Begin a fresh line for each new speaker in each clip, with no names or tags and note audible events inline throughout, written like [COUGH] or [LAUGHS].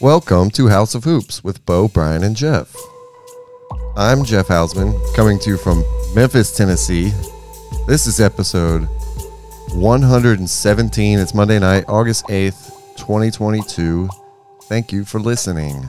Welcome to House of Hoops with Bo, Brian, and Jeff. I'm Jeff Hausman, coming to you from Memphis, Tennessee. This is episode 117. It's Monday night, August 8th, 2022. Thank you for listening.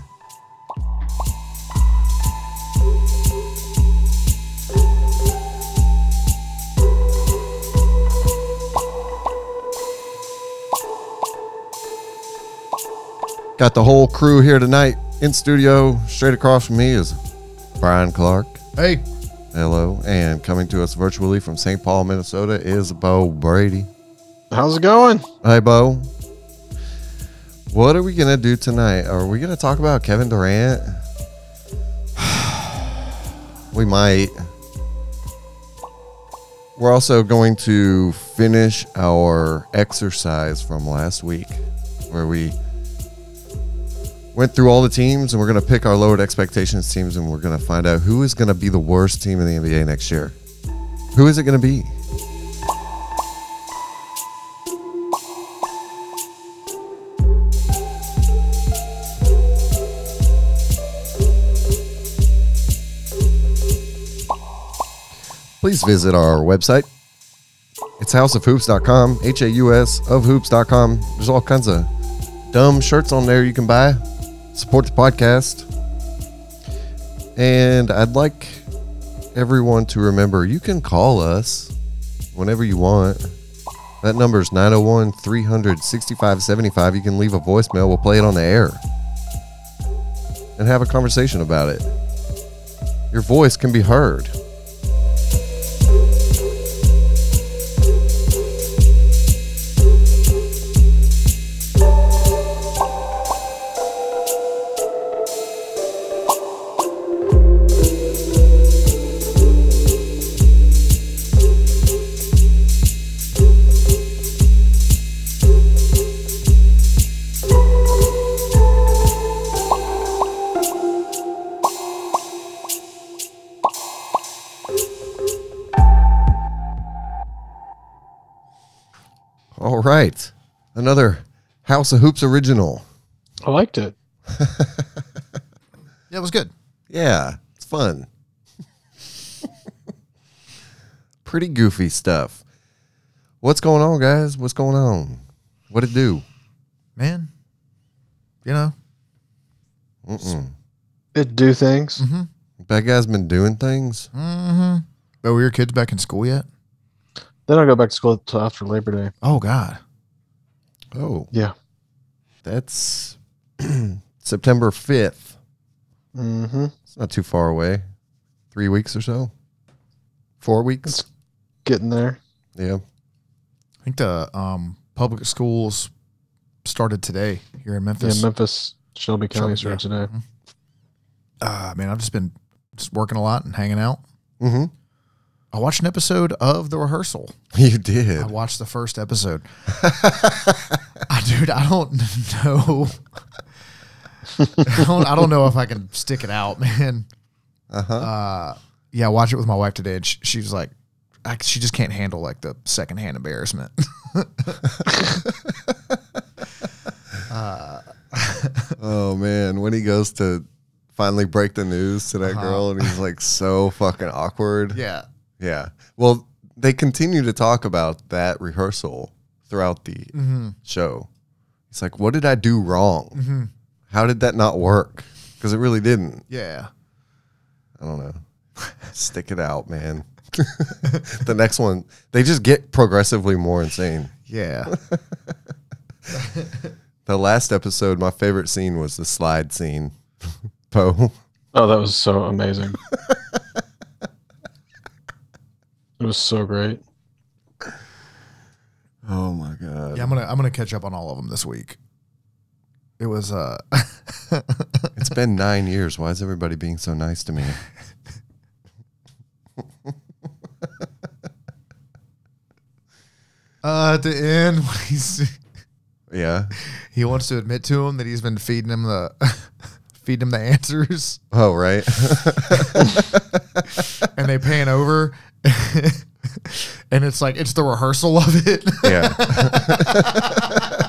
Got the whole crew here tonight in studio. Straight across from me is Brian Clark.
Hey,
Hello. And coming to us virtually from St. Paul, Minnesota is Bo Brady.
How's it going?
Hey, Bo. What are we going to do tonight? Are we going to talk about Kevin Durant? [SIGHS] we might. We're also going to finish our exercise from last week where we went through all the teams and we're going to pick our lowered expectations teams and we're going to find out who is going to be the worst team in the NBA next year. Who is it going to be? Please visit our website. It's houseofhoops.com, H A U S of hoops.com. There's all kinds of dumb shirts on there you can buy. Support the podcast. And I'd like everyone to remember you can call us whenever you want. That number is 901 300 6575. You can leave a voicemail. We'll play it on the air and have a conversation about it. Your voice can be heard. All right. Another House of Hoops original.
I liked it.
that was good.
Yeah, it's fun. [LAUGHS] Pretty goofy stuff. What's going on, guys? What's going on? What it do?
Man, you know,
It do things.
That guy's been doing things.
mm-hmm. but were your kids back in school yet?
Then I go back to school till after Labor Day.
Oh, God.
Oh,
Yeah.
that's [CLEARS THROAT] September 5th.
Mm-hmm.
It's not too far away. Three weeks or so. Four weeks.
Getting there.
Yeah.
I think the um, public schools started today here in
Yeah,
Memphis.
Memphis, Shelby County
Shelby,
started today.
uh, man, I've just been just working a lot and hanging out.
Mm-hmm. [LAUGHS]
I watched an episode of The Rehearsal.
You did.
I watched the first episode. [LAUGHS] I, dude, I don't [LAUGHS] know. I, don't, I don't know if I can stick it out, [LAUGHS] man.
Uh-huh.
Uh, yeah, I watched it with my wife today, and she, she was like, I, she just can't handle like the secondhand embarrassment. [LAUGHS]
Oh man, when he goes to finally break the news to that girl and he's like so fucking awkward.
yeah,
Uh-huh. Yeah. Well, they continue to talk about that rehearsal throughout the show. It's like, what did I do wrong? How did that not work? Because it really didn't.
yeah.
I don't know. Stick it out, man. [LAUGHS] the next one, they just get progressively more insane.
Yeah.
The last episode, my favorite scene was the slide scene. [LAUGHS] Poe.
Oh, that was so [LAUGHS] amazing. it was so great.
Oh my god.
[LAUGHS] Yeah, I'm gonna I'm gonna catch up on all of them this week. It was uh [LAUGHS]
It's been nine years. Why is everybody being so nice to me?
uh at the end [LAUGHS] when he's,
Yeah.
he wants to admit to him that he's been feeding him the [LAUGHS] feeding him the answers
Oh, right. [LAUGHS]
and they pan over [LAUGHS] and it's like it's the rehearsal of it.
yeah. [LAUGHS]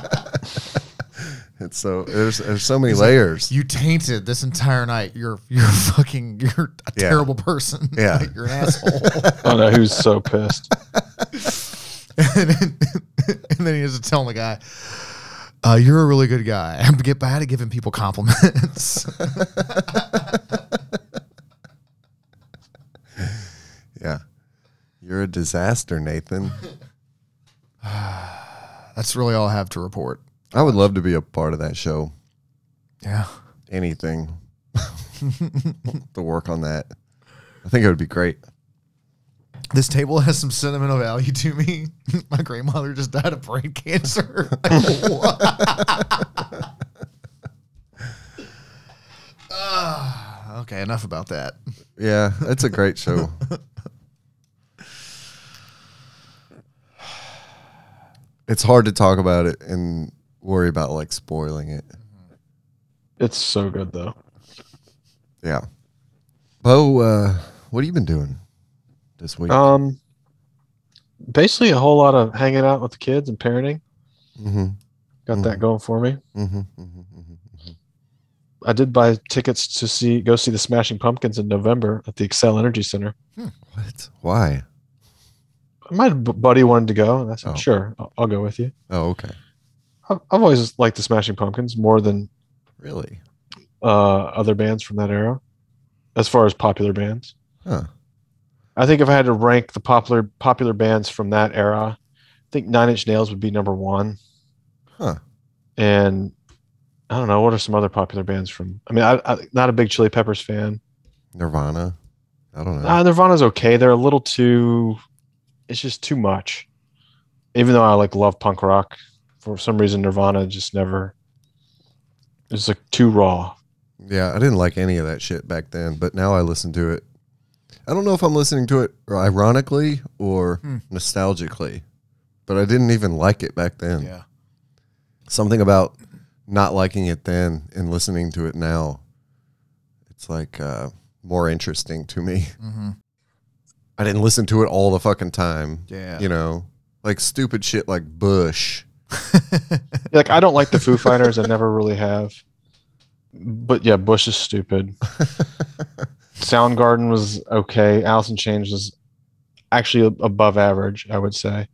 It's so there's there's so many layers.
[LAUGHS] You tainted this entire night. You're you're fucking you're a
Yeah.
terrible person. [LAUGHS]
Yeah.
Like, you're an asshole.
I know who's so pissed.
and, then, [LAUGHS] and then he has to tell the guy, uh, "You're a really good guy. [LAUGHS] I'm get bad at giving people compliments." [LAUGHS]
Yeah. You're a disaster, Nathan.
That's really all I have to report.
I would love to be a part of that show.
Yeah.
Anything. [LAUGHS] to work on that. I think it would be great.
This table has some sentimental value to me. [LAUGHS] My grandmother just died of brain cancer. [LAUGHS] Like, what? [LAUGHS] Ah, okay, enough about that.
Yeah, it's a great show. it's hard to talk about it and worry about like spoiling it.
It's so good though.
Yeah. Bo, uh, what have you been doing this week?
Um, basically a whole lot of hanging out with the kids and parenting.
mm-hmm,
Got that going for me.
mm-hmm, mm-hmm,
I did buy tickets to see go see the Smashing Pumpkins in November at the Excel Energy Center.
What? Why?
My b- buddy wanted to go, and I said,
Oh.
"Sure, I'll, I'll go with you."
Oh, okay.
I've, I've always liked the Smashing Pumpkins more than
Really?
uh, other bands from that era, as far as popular bands.
Huh.
I think if I had to rank the popular popular bands from that era, I think Nine Inch Nails would be number one.
Huh.
And I don't know what are some other popular bands from. I mean, I, I not a big Chili Peppers fan.
Nirvana? I don't know.
Uh, Nirvana's okay. They're a little too. It's just too much. Even though I like love punk rock, for some reason Nirvana just never. It's like too raw.
yeah, I didn't like any of that shit back then, but now I listen to it. I don't know if I'm listening to it ironically or
Hmm.
nostalgically, but I didn't even like it back then.
Yeah.
Something about not liking it then and listening to it now, it's like uh, more interesting to me. [LAUGHS]
Mm-hmm.
I didn't listen to it all the fucking time.
Yeah. [LAUGHS]
You know, like stupid shit like Bush.
Like I don't like the [LAUGHS] Foo Fighters. I never really have. But yeah, Bush is [LAUGHS] stupid. Soundgarden was okay. Alice in Chains was actually a- above average, I would say.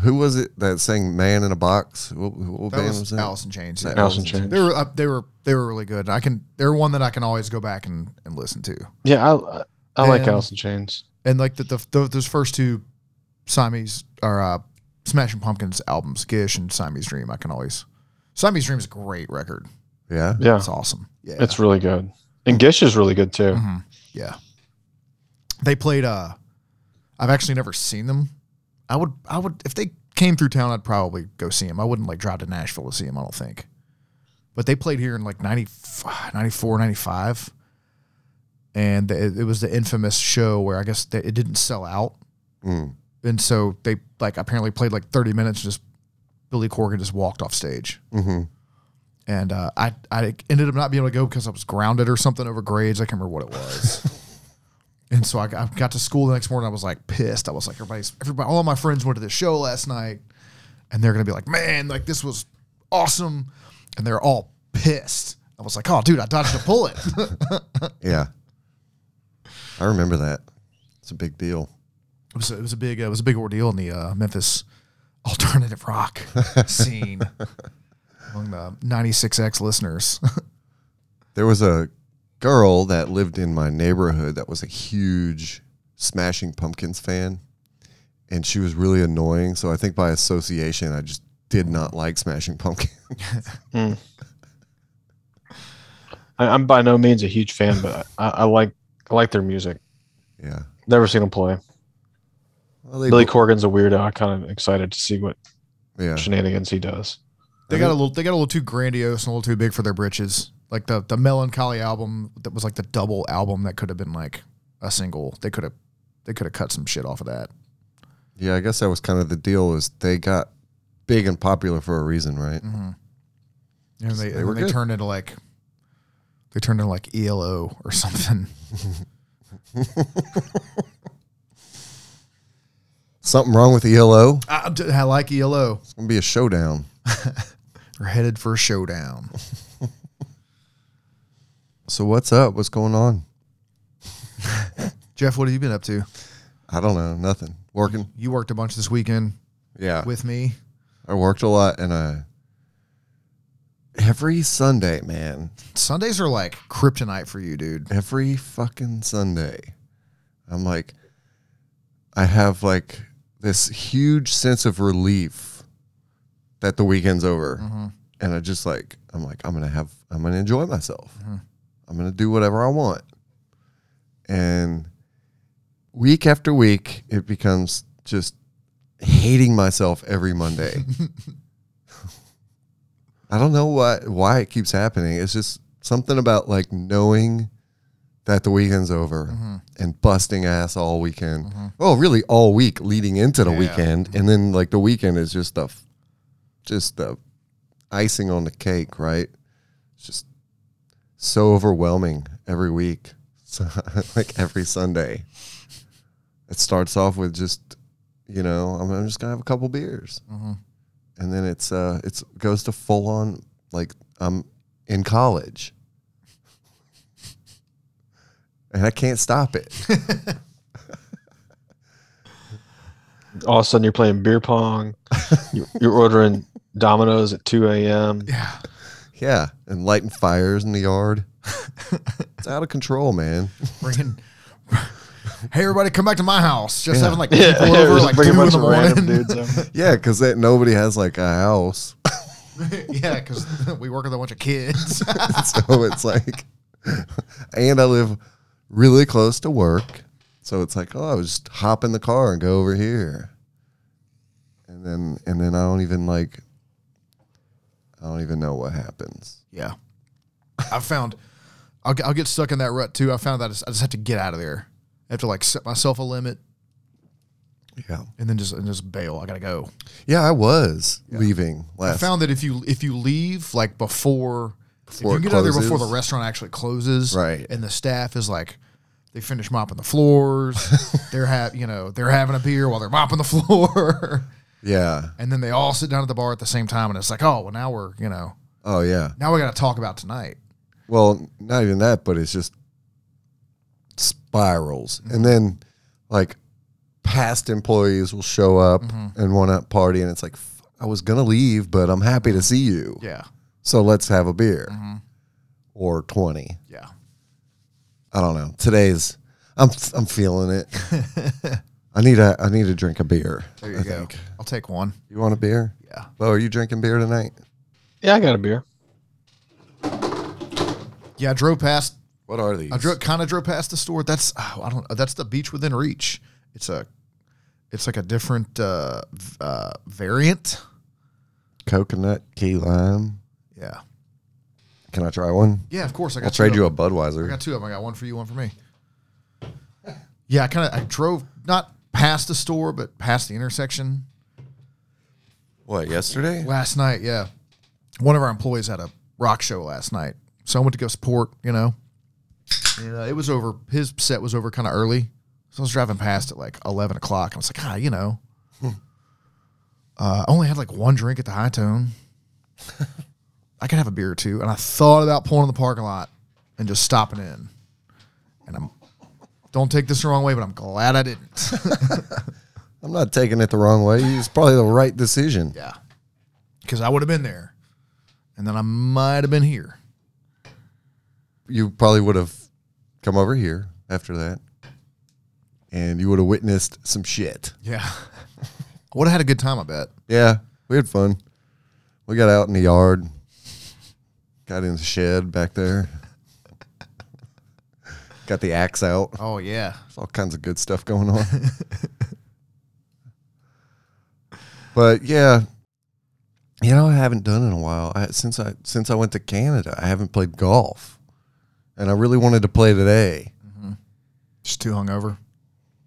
Who was it that sang "Man in a Box"? What, what
that
band
was,
was, that?
Alice in Chains.
That
yeah.
Alice in Chains.
They were uh, they were they were really good. I can they're one that I can always go back and, and listen to.
Yeah, I, I- I like
And-
Alice in Chains.
And like the, the, the those first two Siamese or uh, Smashing Pumpkins albums, Gish and Siamese Dream, I can always. Siamese Dream is a great record.
Yeah.
Yeah,
It's awesome. Yeah,
it's really good. And Gish is really good too.
Mhm. yeah. They played. Uh, I've actually never seen them. I would I would if they came through town, I'd probably go see them. I wouldn't like drive to Nashville to see them. I don't think. But they played here in like [SIGHS] 90, 94, 95. And it, it was the infamous show where I guess they, it didn't sell out.
Mm.
and so they like apparently played like 30 minutes and just billy corgan just walked off stage
hmm
and uh, I, I ended up not being able to go because i was grounded or something over grades i can't remember what it was and so I got, I got to school the next morning i was like pissed i was like everybody's everybody all of my friends went to this show last night and they're gonna be like man like this was awesome and they're all pissed i was like oh dude i dodged a bullet [LAUGHS]
Yeah. I remember that. It's a big deal.
It was, it was a big uh, it was a big ordeal in the uh, Memphis alternative
[LAUGHS]
rock scene among the 96x listeners.
There was a girl that lived in my neighborhood that was a huge Smashing Pumpkins fan, and she was really annoying. So I think by association, I just did not like Smashing Pumpkins. [LAUGHS]
I, I'm by no means a huge fan, but I, I like I like their music.
yeah.
Never seen them play.
Well, they,
Billy Corgan's a weirdo. I kind of excited to see what
yeah.
shenanigans he does.
they got a little they got a little too grandiose and a little too big for their britches. Like the the melancholy album that was like the double album that could have been like a single. They could have they could have cut some shit off of that.
Yeah. I guess that was kind of the deal. Is they got big and popular for a reason, right?
And Mm-hmm. they,
They
and
were
they
good.
turned into like they turned into like ELO or [LAUGHS] something.
Something wrong with ELO? E
I, I like ELO.
It's gonna be a showdown.
They're headed for
[LAUGHS]
a showdown.
So what's up? What's going on?
Jeff, what have you been up to?
I don't know. Nothing. Working.
You worked a bunch this weekend
Yeah.
with me.
I worked a lot and uh every Sunday, man.
Sundays are like kryptonite for you, dude.
Every fucking Sunday. I'm like I have like this huge sense of relief that the weekend's over.
Mm-hmm,
Mhm.
And I just like I'm like I'm going to have I'm going to enjoy myself. I'm going to do whatever I want. And week after week it becomes just hating myself every Monday. I don't know what why it keeps happening. It's just something about like knowing that the weekend's over
mm-hmm,
and busting ass all weekend. Well, Oh, really all week leading into the
Yeah.
weekend, and then like the weekend is just the, f- just the icing on the cake, right? It's just so overwhelming every week, [LAUGHS] so, like every Sunday. It starts off with just, you know, I'm, I'm just gonna have a couple beers,
mm-hmm.
Mhm.
and then it's uh, it's goes to full on like I'm in college, [LAUGHS] and I can't stop it.
All of a sudden, you're playing beer
[LAUGHS]
pong. you're, you're ordering Domino's at 2 a.m.
Yeah.
Yeah, and lighting fires in the yard. it's out of control, man.
Bringing. Hey everybody, come back to my house. Just
Yeah.
having like
[LAUGHS] Yeah,
people
we're
over
just
like two
bringing
in
a bunch
the
of random
morning.
dudes.
[LAUGHS]
over.
Yeah, because nobody has like a house, [LAUGHS]
[LAUGHS] yeah, because we work with a bunch of kids.
so it's like, and I live really close to work, so it's like, oh, I was just hop in the car and go over here, and then and then I don't even like, I don't even know what happens.
yeah, I found I'll, get- I'll get stuck in that rut too. I found that I just, I just have to get out of there. I have to like set myself a limit
Yeah,
and then just and just bail. I gotta go.
yeah, I was leaving last.
I found that if you if you leave like before,
Before
if
it
you get out of there before the
closes.
restaurant actually closes,
Right.
And the staff is like, they finish mopping the floors. [LAUGHS] they're have you know they're having a beer while they're mopping the floor, [LAUGHS]
yeah.
and then they all sit down at the bar at the same time, and it's like, oh well, now we're you know
Oh yeah.
now we got to talk about tonight.
Well, not even that, but it's just spirals.
Mm-hmm.
And then like past employees will show up
Mm-hmm.
and want to party and it's like "F- I was going to leave, but I'm happy to see you.
Mm-hmm. Yeah, Mm-hmm.
So let's have a beer or 20.
yeah.
I don't know. Today's I'm I'm feeling it.
[LAUGHS]
I need a I need to drink a beer.
There you
I
go.
think.
I'll take one.
You want a beer?
Yeah.
Bo, are you drinking beer tonight?
Yeah, I got a beer.
Yeah, I drove past.
What are these?
I drove kind of drove past the store. That's oh, I don't. That's the beach within reach. It's a, it's like a different uh, v- uh, variant.
coconut key lime.
Yeah.
Can I try one?
Yeah, of course. I got
I'll trade
two
you
of
a Budweiser.
them. I got two of them. I got one for you, one for me. Yeah, I kind of I drove not past the store, but past the intersection
What, yesterday?
last night. Yeah, one of our employees had a rock show last night, so I went to go support. You know, and, uh, it was over. His set was over kind of early, so I was driving past at like eleven o'clock. I was like, ah, you know, uh, I only had like one drink at the High Tone. I could have a beer or two, and I thought about pulling in the parking lot and just stopping in. And I'm don't take this the wrong way, but I'm glad I didn't. [LAUGHS]
I'm not taking it the wrong way. It's probably the right decision.
Yeah. Because I would have been there. And then I might have been here.
You probably would have come over here after that, and you would have witnessed some shit.
Yeah. [LAUGHS] I would have had a good time, I bet.
Yeah, we had fun. We got out in the yard, got in the shed back there, got the axe out.
Oh, yeah.
There's all kinds of good stuff going on. but yeah, you know, I haven't done it in a while. I, since I since I went to Canada, I haven't played golf, and I really wanted to play today.
Just too hungover.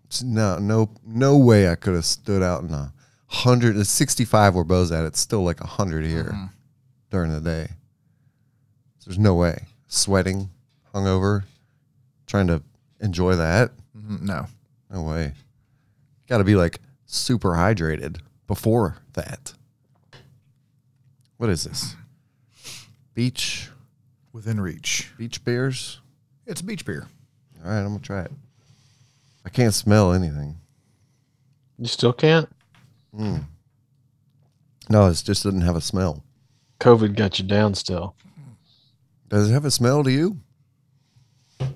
It's no, no, no way I could have stood out in a hundred. It's sixty-five where Bo's at. It's still like a hundred here during the day. There's no way. Sweating, hungover, trying to enjoy that.
Mhm, No.
No way. Got to be like super hydrated before that. What is this? Beach
Within reach.
beach beers.
It's beach beer.
All right, I'm gonna try it. I can't smell anything.
You still can't?
No, it just doesn't have a smell.
COVID got you down still.
Does it have a smell to you?
A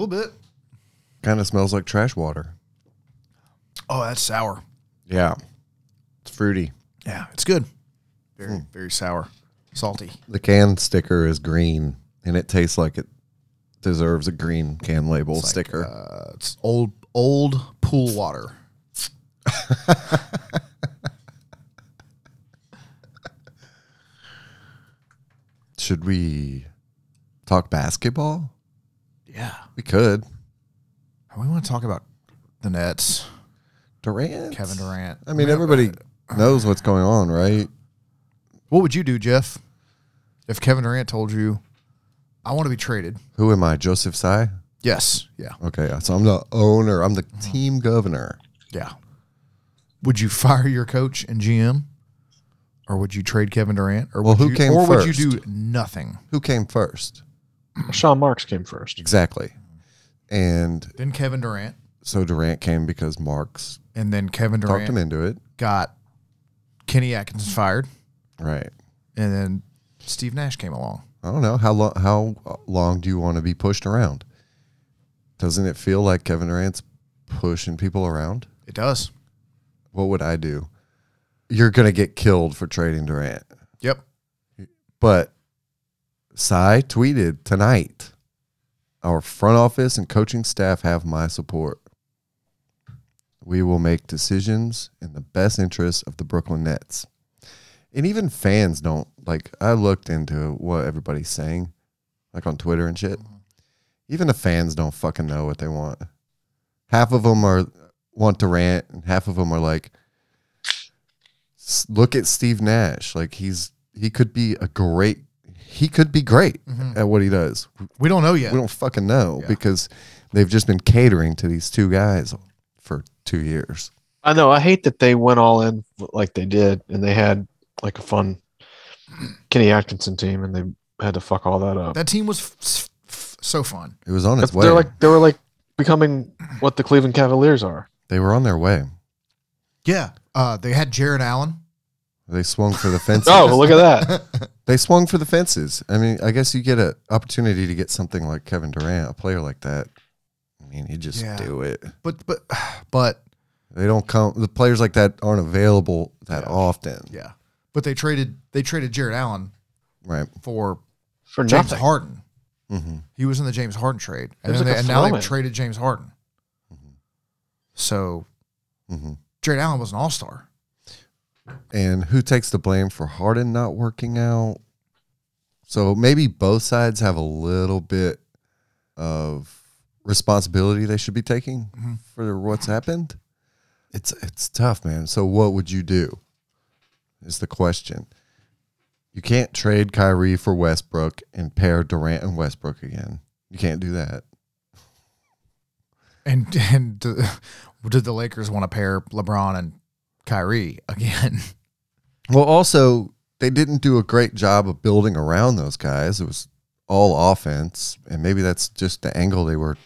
little bit.
Kind of smells like trash water.
Oh, that's sour.
Yeah, it's fruity.
Yeah, it's good. Very, very sour. Salty.
The can sticker is green, and it tastes like it deserves a green can label
like,
sticker.
Uh, it's old old pool water.
Should we talk basketball?
Yeah.
We could.
We want to talk about the Nets,
Durant,
Kevin Durant.
I mean, everybody knows what's going on, right?
What would you do, Jeff, if Kevin Durant told you, "I want to be traded"?
Who am I, Joseph Tsai?
Yes. Yeah.
Okay, so I'm the owner. I'm the
Mm-hmm.
team governor.
Yeah. Would you fire your coach and GM, or would you trade Kevin Durant, or
Well,
would
who
you,
came
or would
first?
you do nothing?
Who came first?
Sean Marks came first.
Exactly.
Mm-hmm.
And
Then Kevin Durant,
so Durant came because Marks
and then Kevin
talked him
Durant
into it.
got Kenny Atkinson fired,
Right.
and then Steve Nash came along.
I don't know how long. How long do you want to be pushed around? Doesn't it feel like Kevin Durant's pushing people around?
It does.
What would I do? You're gonna get killed for trading Durant.
Yep.
But Cy tweeted tonight, our front office and coaching staff have my support. We will make decisions in the best interest of the Brooklyn Nets. And even fans don't like I looked into what everybody's saying, like on Twitter and shit. Even the fans don't fucking know what they want. Half of them are want to rant, and half of them are like, "S- look at Steve Nash. Like he's he could be a great he could be great at what he does.
Mm-hmm. We don't know yet.
We don't fucking know
Yeah.
because they've just been catering to these two guys for two years.
I know. I hate that they went all in like they did, and they had like a fun Kenny Atkinson team, and they had to fuck all that up.
That team was f- f- f- so fun.
It was on its
That's-
way.
they're like they were like becoming what the Cleveland Cavaliers are.
they were on their way.
Yeah. Uh, they had Jared Allen.
They swung for the fences.
[LAUGHS] Oh, look at that!
They swung for the fences. I mean, I guess you get an opportunity to get something like Kevin Durant, a player like that. I mean, he just
Yeah.
do it.
[LAUGHS] But but [SIGHS] but
They don't come. The players like that aren't available that
Yeah.
often,
yeah. But they traded they traded Jared Allen
right?
for
For
James
nothing.
Harden.
hmm
He was in the James Harden trade,
It
and,
was like
then they,
a Mm-hmm.
and now they
throwing.
traded James Harden. So
hmm
Jared Allen was an All Star.
And who takes the blame for Harden not working out? So maybe both sides have a little bit of responsibility they should be taking
Mhm.
for what's happened. Mm-hmm. It's it's tough, man. So what would you do? Is the question. You can't trade Kyrie for Westbrook and pair Durant and Westbrook again. You can't do that.
And [LAUGHS] and uh, did the Lakers want to pair LeBron and Kyrie again?
Well, also they didn't do a great job of building around those guys. It was all offense, and maybe that's just the angle they were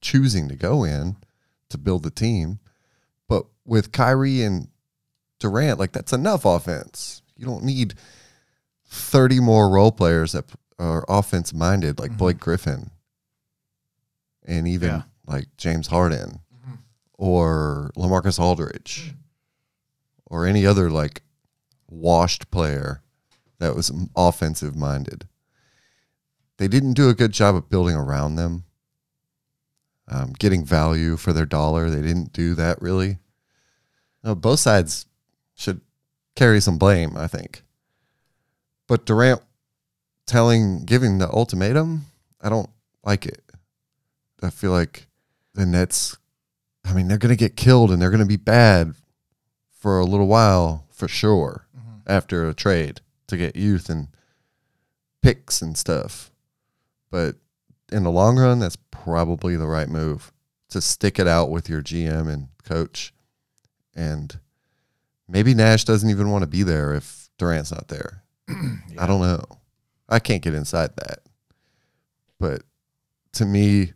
choosing to go in to build the team. But with Kyrie and Durant, like that's enough offense. You don't need thirty more role players that p- are offense minded, like
Mhm.
Blake Griffin, and even
Yeah.
like James Harden
Mhm.
or Lamarcus Aldridge or any other like washed player that was m- offensive minded. They didn't do a good job of building around them, um, getting value for their dollar. They didn't do that really. No, both sides should carry some blame, I think. But Durant telling, giving the ultimatum, I don't like it. I feel like the Nets, I mean, they're going to get killed and they're going to be bad for a little while for sure
Mm-hmm.
[LAUGHS]
after a trade to get youth and picks and stuff. But in the long run, that's probably the right move to stick it out with your GM and coach and Maybe Nash doesn't even want to be there if Durant's not there. I don't know. I can't get inside that. But to me,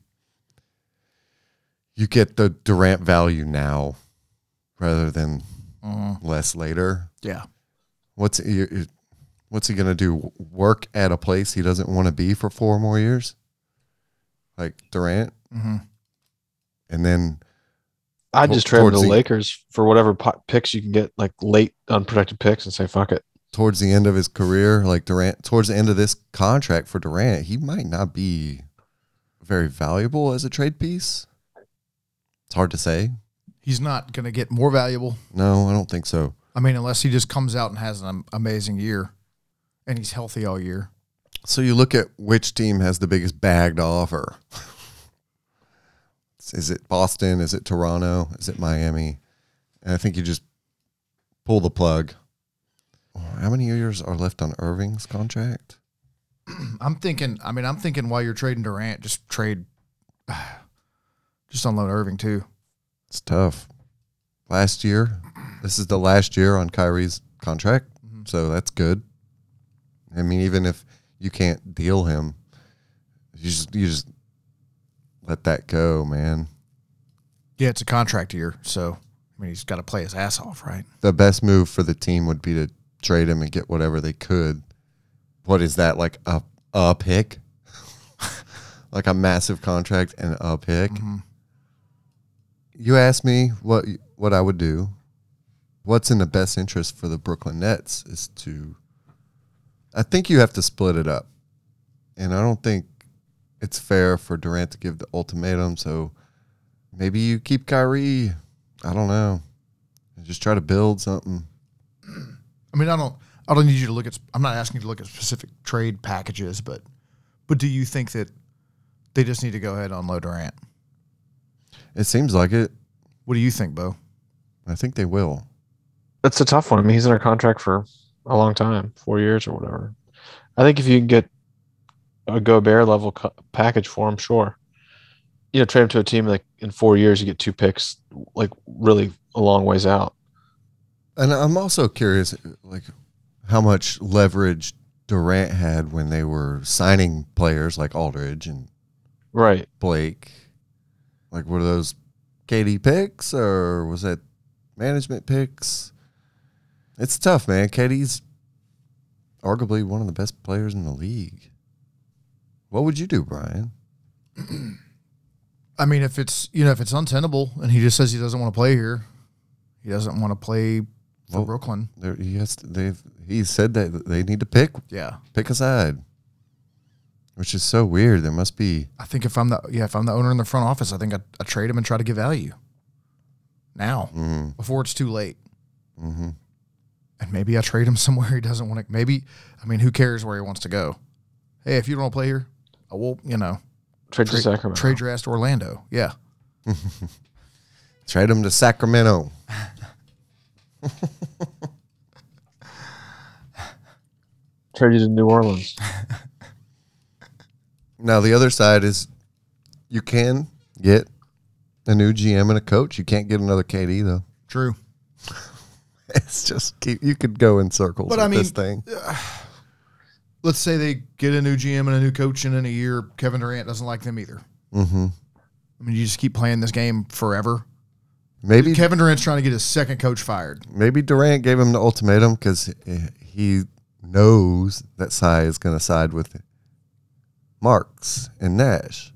you get the Durant value now rather than
Mhm.
less later.
Yeah.
What's you- you- what's he gonna do? Work at a place he doesn't want to be for four more years, like Durant,
hmm
and then
I
Tor-
just trade him to
towards
the
the-
Lakers for whatever po- picks you can get, like late unprotected picks, and say fuck it.
towards the end of his career, like Durant, towards the end of this contract for Durant, he might not be very valuable as a trade piece. It's hard to say.
He's not going to get more valuable.
No, I don't think so.
I mean, unless he just comes out and has an am- amazing year and he's healthy all year. [CLEARS THROAT]
So you look at which team has the biggest bag to offer. [LAUGHS] Is it Boston? Is it Toronto? Is it Miami? And I think you just pull the plug. How many years are left on Irving's contract?
I'm thinking, I mean, I'm thinking while you're trading Durant, just trade, [SIGHS] just unload Irving too.
It's tough. Last year, this is the last year on Kyrie's contract, so that's good. I mean, even if you can't deal him, you just you just let that go, man.
Yeah, it's a contract year. So, I mean, he's got to play his ass off, right?
the best move for the team would be to trade him and get whatever they could. What is that like a a pick? [LAUGHS] like a massive contract and a pick.
Mm-hmm.
You asked me what what I would do. What's in the best interest for the Brooklyn Nets is to I think you have to split it up. And I don't think it's fair for Durant to give the ultimatum, so maybe you keep Kyrie. I don't know. Just try to build something.
I mean, I don't, I don't need you to look at. I'm not asking you to look at specific trade packages, but, but do you think that they just need to go ahead and unload Durant?
It seems like it.
What do you think, Bo?
I think they will.
That's a tough one. I mean, he's under contract for a long time, four years or whatever. I think if you can get a Gobert level co- package for him, sure. You know, trade him to a team like in four years, you get two picks, like really a long ways out.
And I'm also curious, like, how much leverage Durant had when they were signing players like Aldridge and
Right.
Blake. Like, were those KD picks or was that management picks? It's tough, man. KD's arguably one of the best players in the league. What would you do, Brian?
I mean, if it's you know if it's untenable and he just says he doesn't want to play here, he doesn't want to play for
Well-
Brooklyn.
There, he has. To, they've. He said that they need to pick
Yeah,
pick a side, which is so weird. There must be
I think if I'm the yeah if I'm the owner in the front office, I think I, I trade him and try to get value now
mm,
before it's too late.
hmm
And maybe I trade him [LAUGHS] somewhere he doesn't want to. Maybe I mean, who cares where he wants to go? Hey, if you don't want to play here, I will. You know,
Trade,
Trade-
to Sacramento.
trade your ass to Orlando. Yeah,
trade him to Sacramento.
trade you to New Orleans.
Now the other side is, you can get a new GM and a coach. You can't get another KD though. [LAUGHS]
true.
It's just keep, you could go in circles.
But
with
I mean-
this thing.
Let's say they get a new GM and a new coach, and in a year, Kevin Durant doesn't like them either.
hmm
I mean, you just keep playing this game forever.
Maybe
Kevin Durant's trying to get his second coach fired.
maybe Durant gave him the ultimatum because he knows that Sai is going to side with Marks and Nash.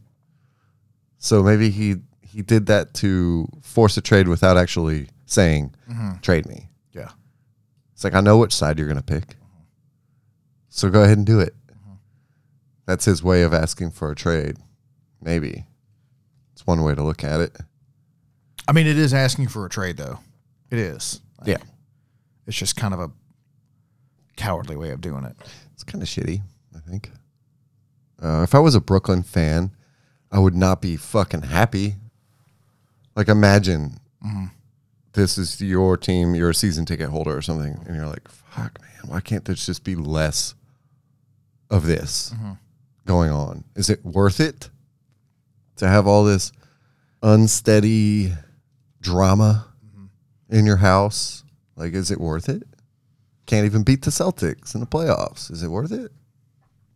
So maybe he he did that to force a trade without actually saying
Mm-hmm.
trade me.
Yeah.
It's like I know which side you're going to pick, so go ahead and do it. That's his way of asking for a trade. Maybe it's one way to look at it.
I mean, it is asking for a trade, though. It is. Like,
Yeah.
It's just kind of a cowardly way of doing it.
It's kind of shitty, I think. Uh, if I was a Brooklyn fan, I would not be fucking happy. Like, imagine this is your team, you're a season ticket holder or something, and you're like, fuck, man, why can't this just be less of this going on? Is it worth it to have all this unsteady drama in your house? Like, is it worth it? Can't even beat the Celtics in the playoffs. Is it worth it?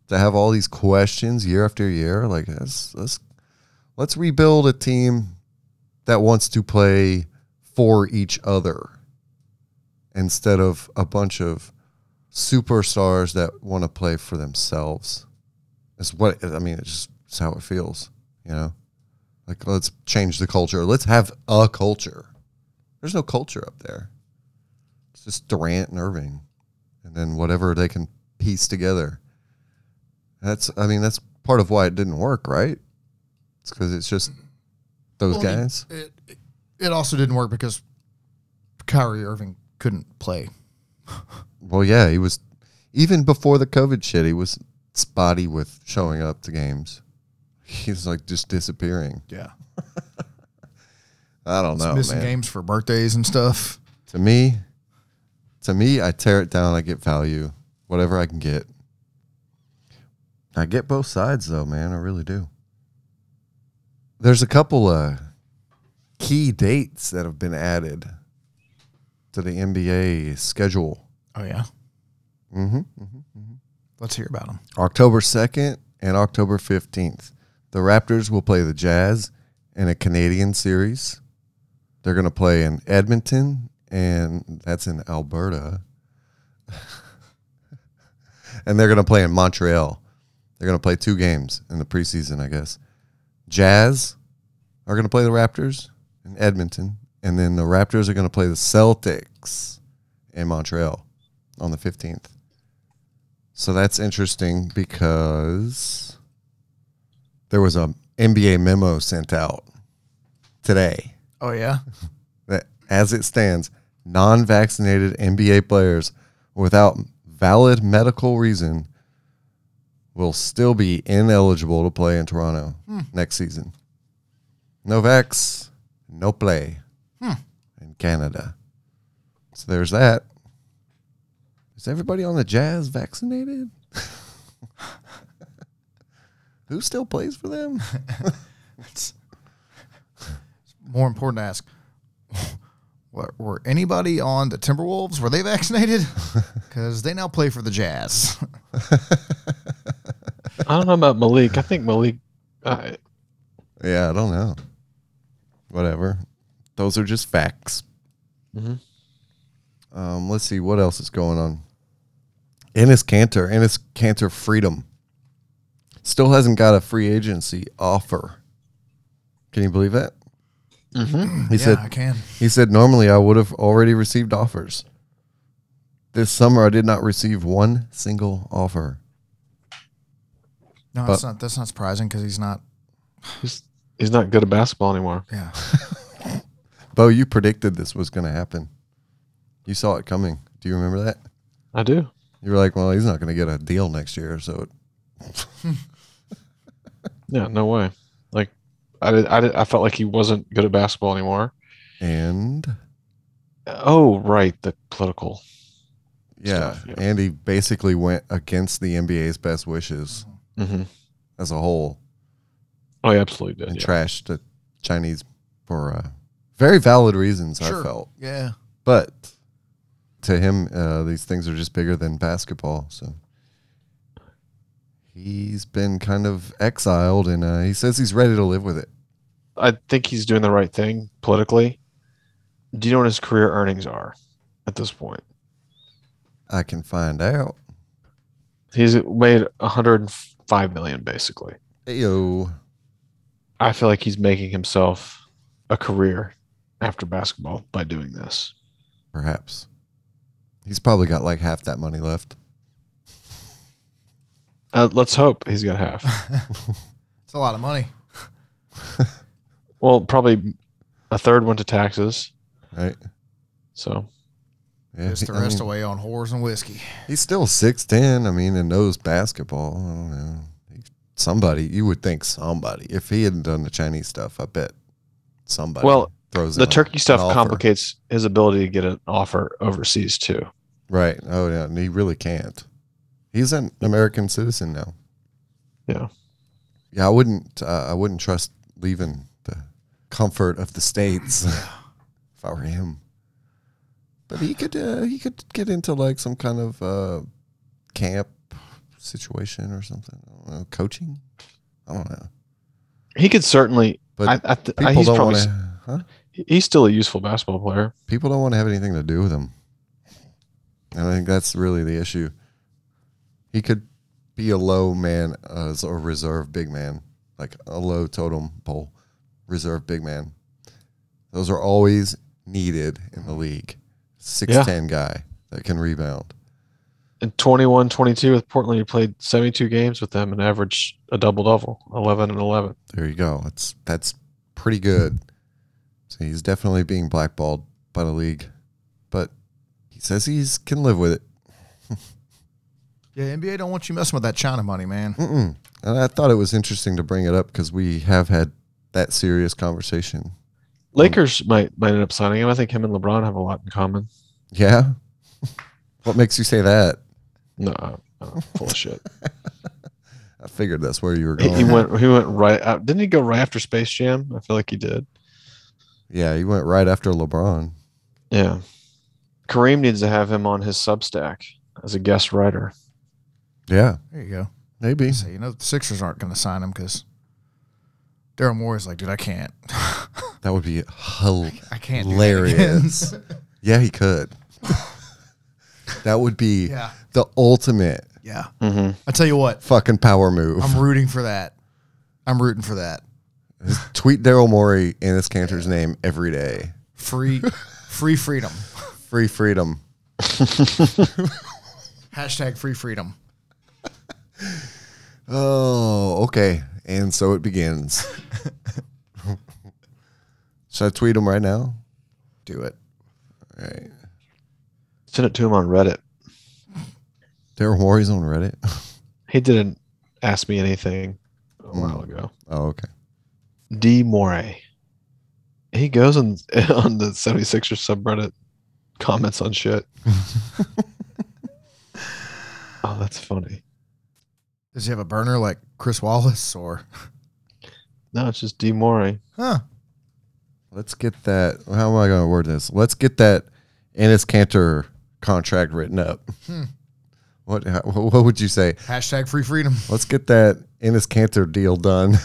To have all these questions year after year, like let's let's let's rebuild a team that wants to play for each other instead of a bunch of superstars that want to play for themselves. It's what I mean. It's just it's how it feels, you know. Like let's change the culture. Let's have a culture. There's no culture up there. It's just Durant and Irving, and then whatever they can piece together. That's I mean that's part of why it didn't work, right? It's because it's just those
Well, I mean,
guys.
It, it, it also didn't work because Kyrie Irving couldn't play.
Well, yeah, he was even before the COVID shit. He was spotty with showing up to games. [LAUGHS] He was like just disappearing.
Yeah. Oh,
I don't know,
missing
man.
games for birthdays and stuff.
To me, to me, I tear it down. I get value, whatever I can get. I get both sides though, man. I really do. There's a couple uh, key dates that have been added to the NBA schedule.
Oh, yeah.
Mm-hmm, mm-hmm.
Let's hear about them.
October 2nd and October 15th. The Raptors will play the Jazz in a Canadian series. They're going to play in Edmonton, and that's in Alberta. [LAUGHS] and they're going to play in Montreal. They're going to play two games in the preseason, I guess. Jazz are going to play the Raptors in Edmonton, and then the Raptors are going to play the Celtics in Montreal on the 15th. So that's interesting because there was a NBA memo sent out today
Oh, yeah.
that, as it stands, non-vaccinated NBA players without valid medical reason will still be ineligible to play in Toronto next season. No vax, no play in Canada. So there's that. Is everybody on the Jazz vaccinated? [LAUGHS] Who still plays for them?
It's more important to ask [LAUGHS] were, were anybody on the Timberwolves? Were they vaccinated?
[LAUGHS]
Because they now play for the Jazz.
I don't know about Malik. I think Malik. I,
Yeah, I don't know. Whatever. Those are just facts.
Mhm.
Um, let's see what else is going on. Ennis Cantor, Ennis Cantor Freedom, still hasn't got a free agency offer. Can you believe that? Mm-hmm. He
yeah,
said
I can.
he said, normally I would have already received offers. This summer I did not receive one single offer.
No, that's not that's not surprising because he's not.
he's, he's not good at basketball anymore.
[LAUGHS]
Yeah,
Bo, you predicted this was gonna happen. You saw it coming. Do you remember that?
I do.
You were like, well, he's not going to get a deal next year, so
Yeah, no way. Like, I did, I did, I felt like he wasn't good at basketball anymore.
and
Oh, right, the political.
yeah,
Stuff, yeah.
Andy basically went against the NBA's best wishes
Mm-hmm.
as a whole
Oh, he absolutely
and
did. Yeah.
trashed the Chinese for uh, very valid reasons. I
Sure.
felt,
yeah. [LAUGHS]
but to him, uh, these things are just bigger than basketball. So he's been kind of exiled, and uh, he says he's ready to live with it.
I think he's doing the right thing politically. Do you know what his career earnings are at this point?
I can find out.
He's made 105 million basically.
Ayo.
I feel like he's making himself a career after basketball by doing this.
Perhaps. He's probably got like half that money left.
Uh, let's hope he's got half.
It's a lot of money.
well, probably a third went to taxes.
Right.
So
Yeah.
Just the
I
rest
mean,
away on whores and whiskey.
he's still six ten. I mean, and knows basketball. I don't know. He- Somebody you would think somebody. If he hadn't done the Chinese stuff, I bet somebody
Well,
throws
the
in a-
turkey
an
stuff
offer.
complicates his ability to get an offer overseas too.
Right. Oh yeah. And he really can't. He's an American citizen now.
Yeah.
Yeah, I wouldn't uh, I wouldn't trust [LAUGHS] leaving the comfort of the States if I were him. But he could uh, he could get into like some kind of uh, camp situation or something. I don't know, coaching. I don't know.
He could certainly.
But
I, I th-
People
I- Uh, he's
don't
probably
want
s-
to. Huh?
he's still a useful basketball player.
People don't want to have anything to do with him. And I think that's really the issue. He could be a low man as a reserve big man, like a low totem pole reserve big man. Those are always needed in the league. Six ten guy that can rebound.
In 21 22 with Portland, he played 72 games with them and averaged a double double, 11 and 11.
There you go. That's that's pretty good. So he's definitely being blackballed by the league, but he says he's can live with it.
Yeah, NBA don't want you messing with that China money, man.
Mm-mm. And I thought it was interesting to bring it up because we have had that serious conversation.
Lakers might might end up signing him. I think him and LeBron have a lot in common.
Yeah. [LAUGHS] what makes you say that?
No, uh, uh, full of shit.
I figured that's where you were
He,
going. [LAUGHS]
he went he went right out. Didn't he go right after Space Jam? I feel like he did.
yeah, you went right after LeBron.
Yeah. Kareem needs to have him on his Substack as a guest writer.
Yeah,
There you go.
maybe.
So you know the Sixers aren't going to sign him because Daryl Morey's like, dude, I can't, [LAUGHS]
That would be hilarious.
I can't. do that again."
hilarious. yeah, he could. [LAUGHS] that would be
[LAUGHS] yeah,
the ultimate
yeah.
Mm-hmm.
I tell you what,
fucking power move. [LAUGHS]
I'm rooting for that. I'm rooting for that.
Tweet Daryl Morey and his Cantor's name every day. [LAUGHS]
Free, free freedom.
Free freedom.
Hashtag free freedom.
Oh, okay. And so it begins. Should I tweet him right now?
Do it.
All right.
Send it to him on Reddit.
Daryl Morey's on Reddit. [LAUGHS]
He didn't ask me anything a while ago.
Oh, okay.
D Morey. He goes on [LAUGHS] on the 76ers subreddit, comments on [LAUGHS] shit. oh, that's funny.
Does he have a burner like Chris Wallace or?
No, it's just D Morey.
Huh.
Let's get that. How am I going to word this? Let's get that Ennis Cantor contract written up.
Hmm.
What, what would you say?
Hashtag free freedom.
Let's get that Ennis Cantor deal done.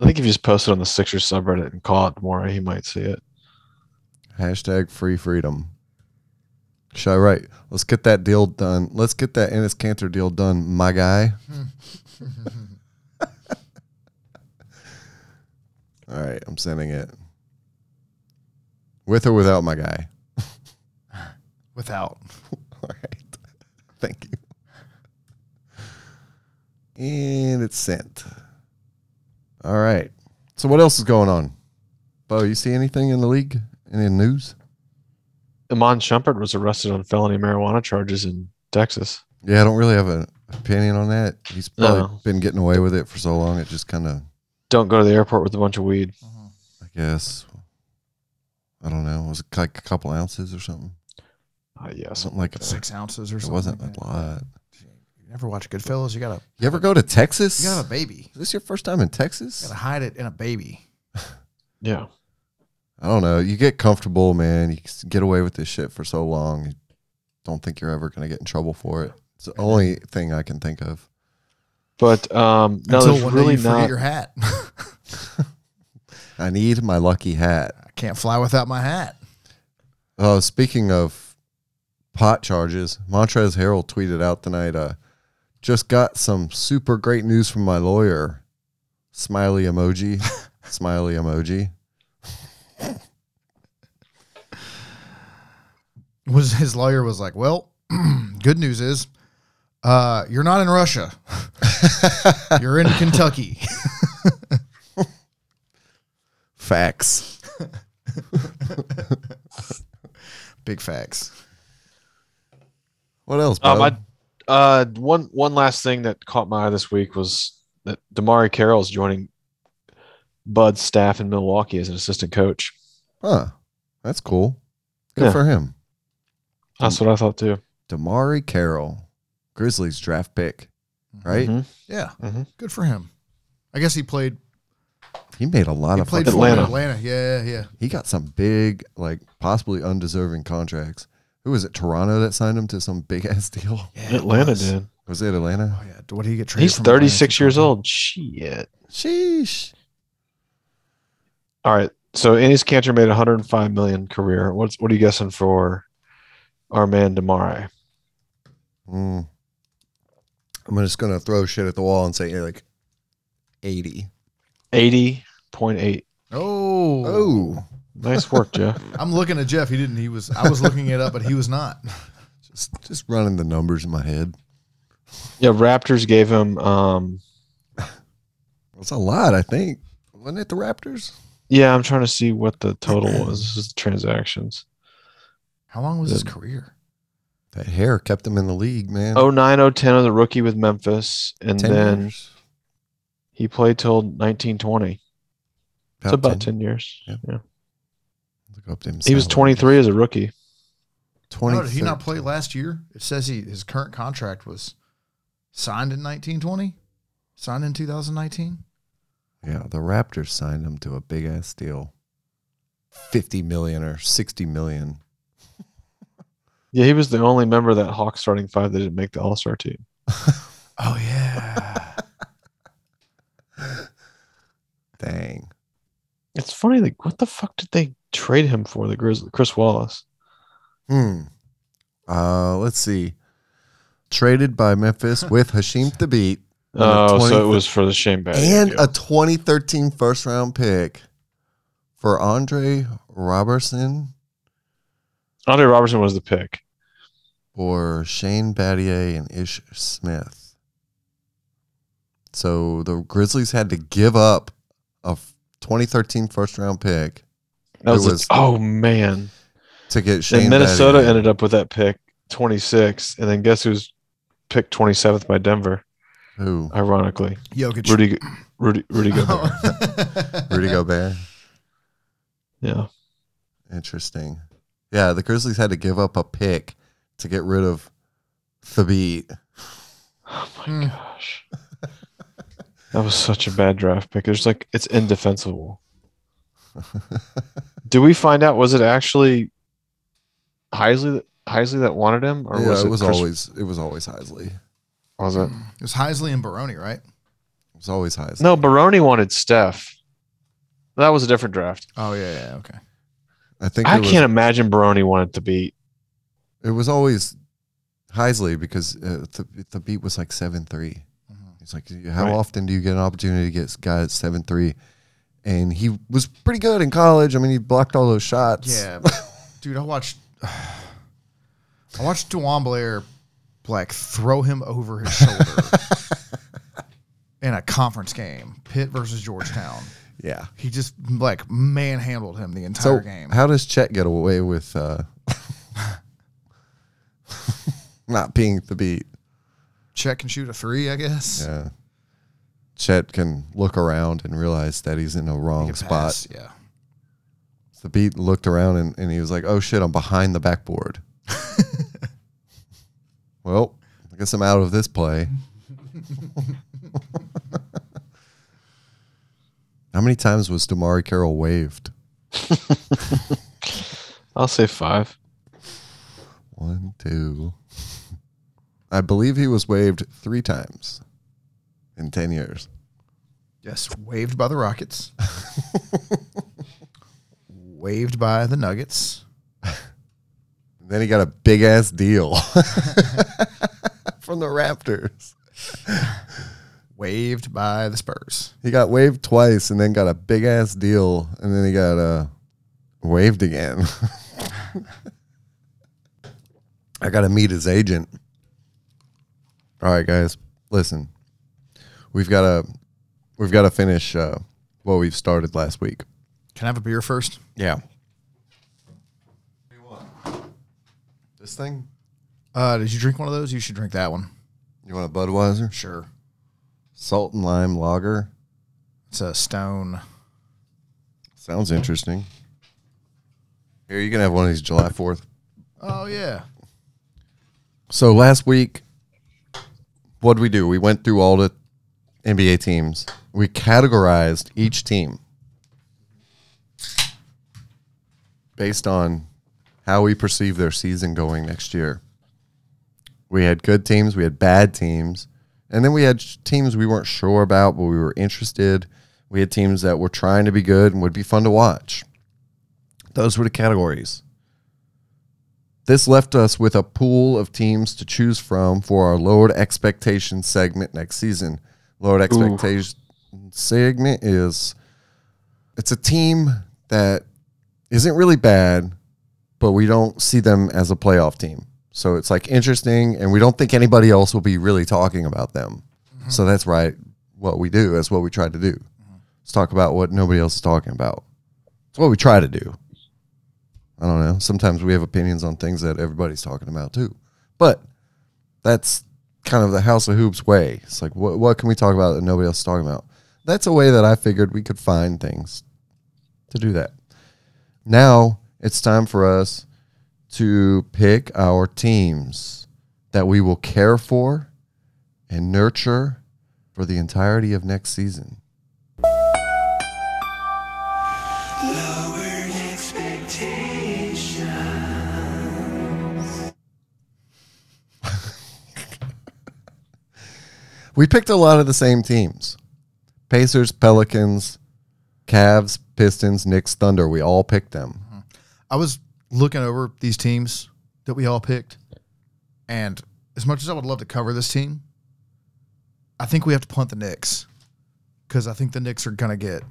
I think if you just post it on the Sixers subreddit and call it Morey, he might see it.
Hashtag free freedom. Should I write? Let's get that deal done. Let's get that Ennis Cantor deal done, my guy. [LAUGHS] All right, I'm sending it. With or without my guy. [LAUGHS]
Without.
All right. Thank you. And it's sent. All right. So what else is going on? Bo, you see anything in the league? Any news?
Iman Shumpert was arrested on felony marijuana charges in Texas.
Yeah, I don't really have an opinion on that. He's probably
No.
been getting away with it for so long. It just kind of,
Don't go to the airport with a bunch of weed.
I guess, I don't know. Was it like a couple ounces or something?
Uh, yes.
Something like that.
Six ounces or
It
something.
wasn't
like
a
that.
lot.
You never watch Goodfellas. You gotta,
You ever go to Texas?
you gotta have a baby.
Is this your first time in
You
Texas?
gotta hide it in a baby.
Yeah.
I don't know. You get comfortable, man. You s- get away with this shit for so long. You don't think you're ever going to get in trouble for it. It's the only thing I can think of.
But um, no,
Until
there's
one
really
day you forget
not.
your hat. [LAUGHS] I
I need my lucky hat.
can't fly without my hat.
Oh, speaking of pot charges, Montrez Harrell tweeted out tonight, uh, just got some super great news from my lawyer. Smiley emoji. smiley emoji.
Was his lawyer was like, well, [CLEARS THROAT] good news is, uh, you're not in Russia.
[LAUGHS]
you're in Kentucky.
[LAUGHS] Facts.
Big facts.
What else, bro?
Um, I, uh, one one last thing that caught my eye this week was that Damari Carroll is joining Bud's staff in Milwaukee as an assistant coach.
huh. That's cool. Good
Yeah.
for him.
That's
Hmm.
what I thought too.
Damari Carroll, Grizzlies draft pick, right?
Mhm.
Yeah,
Mhm.
good for him. I guess he played
He made a lot
He
of
played
fucking
for
Atlanta.
Atlanta. Yeah, yeah, yeah.
He got some big, like possibly undeserving contracts. Who was it? Toronto that signed him to some big [LAUGHS] ass deal.
Yeah, it
Atlanta
was.
did.
Was it
Oh
Atlanta?
yeah. What did he get traded?
He's
from Atlanta
36
to
years
Toronto?
old. Shit.
Sheesh.
All right. So Ennis Cantor made 105 million career. What's what are you guessing for our man Demare?
Mm. I'm just gonna throw shit at the wall and say eh, like 80.
80.8.
Oh.
Oh,
Nice work,
[LAUGHS]
Jeff.
I'm looking at Jeff. He didn't. He was. I was looking it up, but he was not.
just just running the numbers in my head.
Yeah, Raptors gave him um
That's a lot, I think. Wasn't it the Raptors?
yeah, I'm trying to see what the total was. This is transactions.
How long was his career?
That hair kept them in the league, man.
09 010 as a rookie with Memphis and
10
then
years.
he played till 1920. It's about 10, years.
Yeah.
Yeah.
Look up them
He was
salaries.
23 as a rookie.
No, did he
2013.
not play last year? It says he his current contract was signed in 1920, signed in 2019.
Yeah, the Raptors signed him to a big ass deal. 50 million or 60 million.
Yeah, he was the only member of that Hawks starting five that didn't make the All Star team.
Oh yeah.
[LAUGHS] Dang.
It's funny, like what the fuck did they trade him for? The Grizzly Chris Wallace.
Hmm. Uh, let's see. Traded by
[LAUGHS]
Memphis with Hashim the Beat Uh,
Oh,
20
so it was for the Shane Battier.
and
deal.
a 2013 first round pick for Andre Robertson
Andre Robertson was the pick.
or Shane Battier and Ish Smith. So the Grizzlies had to give up a f- 2013 first round pick
That
It
was, the-
was-
oh man.
to get Shane.
And Minnesota
Battier.
ended up with that pick, twenty six, and then guess who's picked twenty seventh by Denver?
who
Ironically,
Jokic.
Rudy, Rudy, Rudy
[LAUGHS]
Gobert. [LAUGHS]
Rudy Gobert.
Yeah,
Interesting. Yeah, the Grizzlies had to give up a pick to get rid of Thabit.
Oh my
Hmm.
gosh. That was such a bad draft pick. It's like
[LAUGHS]
it's indefensible. Do we find out was it actually Heisley that Heisley that wanted him or
yeah,
was
it,
it,
was
Chris-
always it was always Heisley. It
was it?
It was Heisley and Baroni, right?
was always Heisley.
No, Baroni wanted Steph. That was a different draft.
Oh yeah, yeah, okay.
I think
I
it was,
can't imagine Baroni wanted to be
It was always Heisley because uh, Th- Thabit was like seven three.
Mhm.
He's like, how
Right.
often do you get an opportunity to get a guy at seven three? And he was pretty good in college. I mean, he blocked all those shots.
Yeah, but- dude, I watched. [SIGHS] I watched Dewan Blair, like throw him over his shoulder in a conference game, Pitt versus Georgetown.
yeah.
He just like manhandled him the
So
entire game.
how does Chet get away with uh, [LAUGHS] not being the beat?
Chet can shoot a three, I guess.
Yeah. Chet can look around and realize that he's in the
He
wrong
can
spot.
pass, Yeah.
The beat looked around and, and he was like, oh shit, I'm behind the backboard. well, I guess I'm out of this play. [LAUGHS] How many times was Damari Carroll waived?
I'll say five.
One, two. [LAUGHS] I believe he was waived three times in 10 years. [LAUGHS]
Yes, waived by the Rockets. waived by the Nuggets.
Then he got a big ass deal [LAUGHS] from the Raptors.
Waived by the Spurs.
He got waived twice and then got a big ass deal and then he got uh, waived again. [LAUGHS] I got to meet his agent. All right, guys, listen. We've got to we've got to finish uh, what we've started last week.
Can I have a beer first?
Yeah. This thing?
Uh, did you drink one of those? You should drink that one.
You want a Budweiser?
Sure.
Salt and lime lager.
It's a stone.
Sounds interesting. Here, you can have one of these July 4th.
Oh yeah.
So last week, what'd we do? We went through all the NBA teams. we categorized each team based on how we perceive their season going next year. We had good teams, we had bad teams, and then we had sh- teams we weren't sure about, but we were interested. We had teams that were trying to be good and would be fun to watch. Those were the categories. This left us with a pool of teams to choose from for our lowered expectation segment next season. Lowered expectation segment is it's a team that isn't really bad, but we don't see them as a playoff team. So it's like interesting, and we don't think anybody else will be really talking about them. So that's right, what we do. That's what we try to do. Let's talk about what nobody else is talking about. It's what we try to do. I don't know. Sometimes we have opinions on things that everybody's talking about too, but that's kind of the House of Hoops way. It's like what what can we talk about that nobody else is talking about? That's a way that I figured we could find things to do that. Now it's time for us to pick our teams that we will care for and nurture for the entirety of next season. [LAUGHS]
Lowered expectations.
We picked a lot of the same teams Pacers, Pelicans, Cavs, Pistons, Knicks, Thunder. We all picked them.
I was looking over these teams that we all picked, and as much as I would love to cover this team, I think we have to punt the Knicks because I think the Knicks are gonna get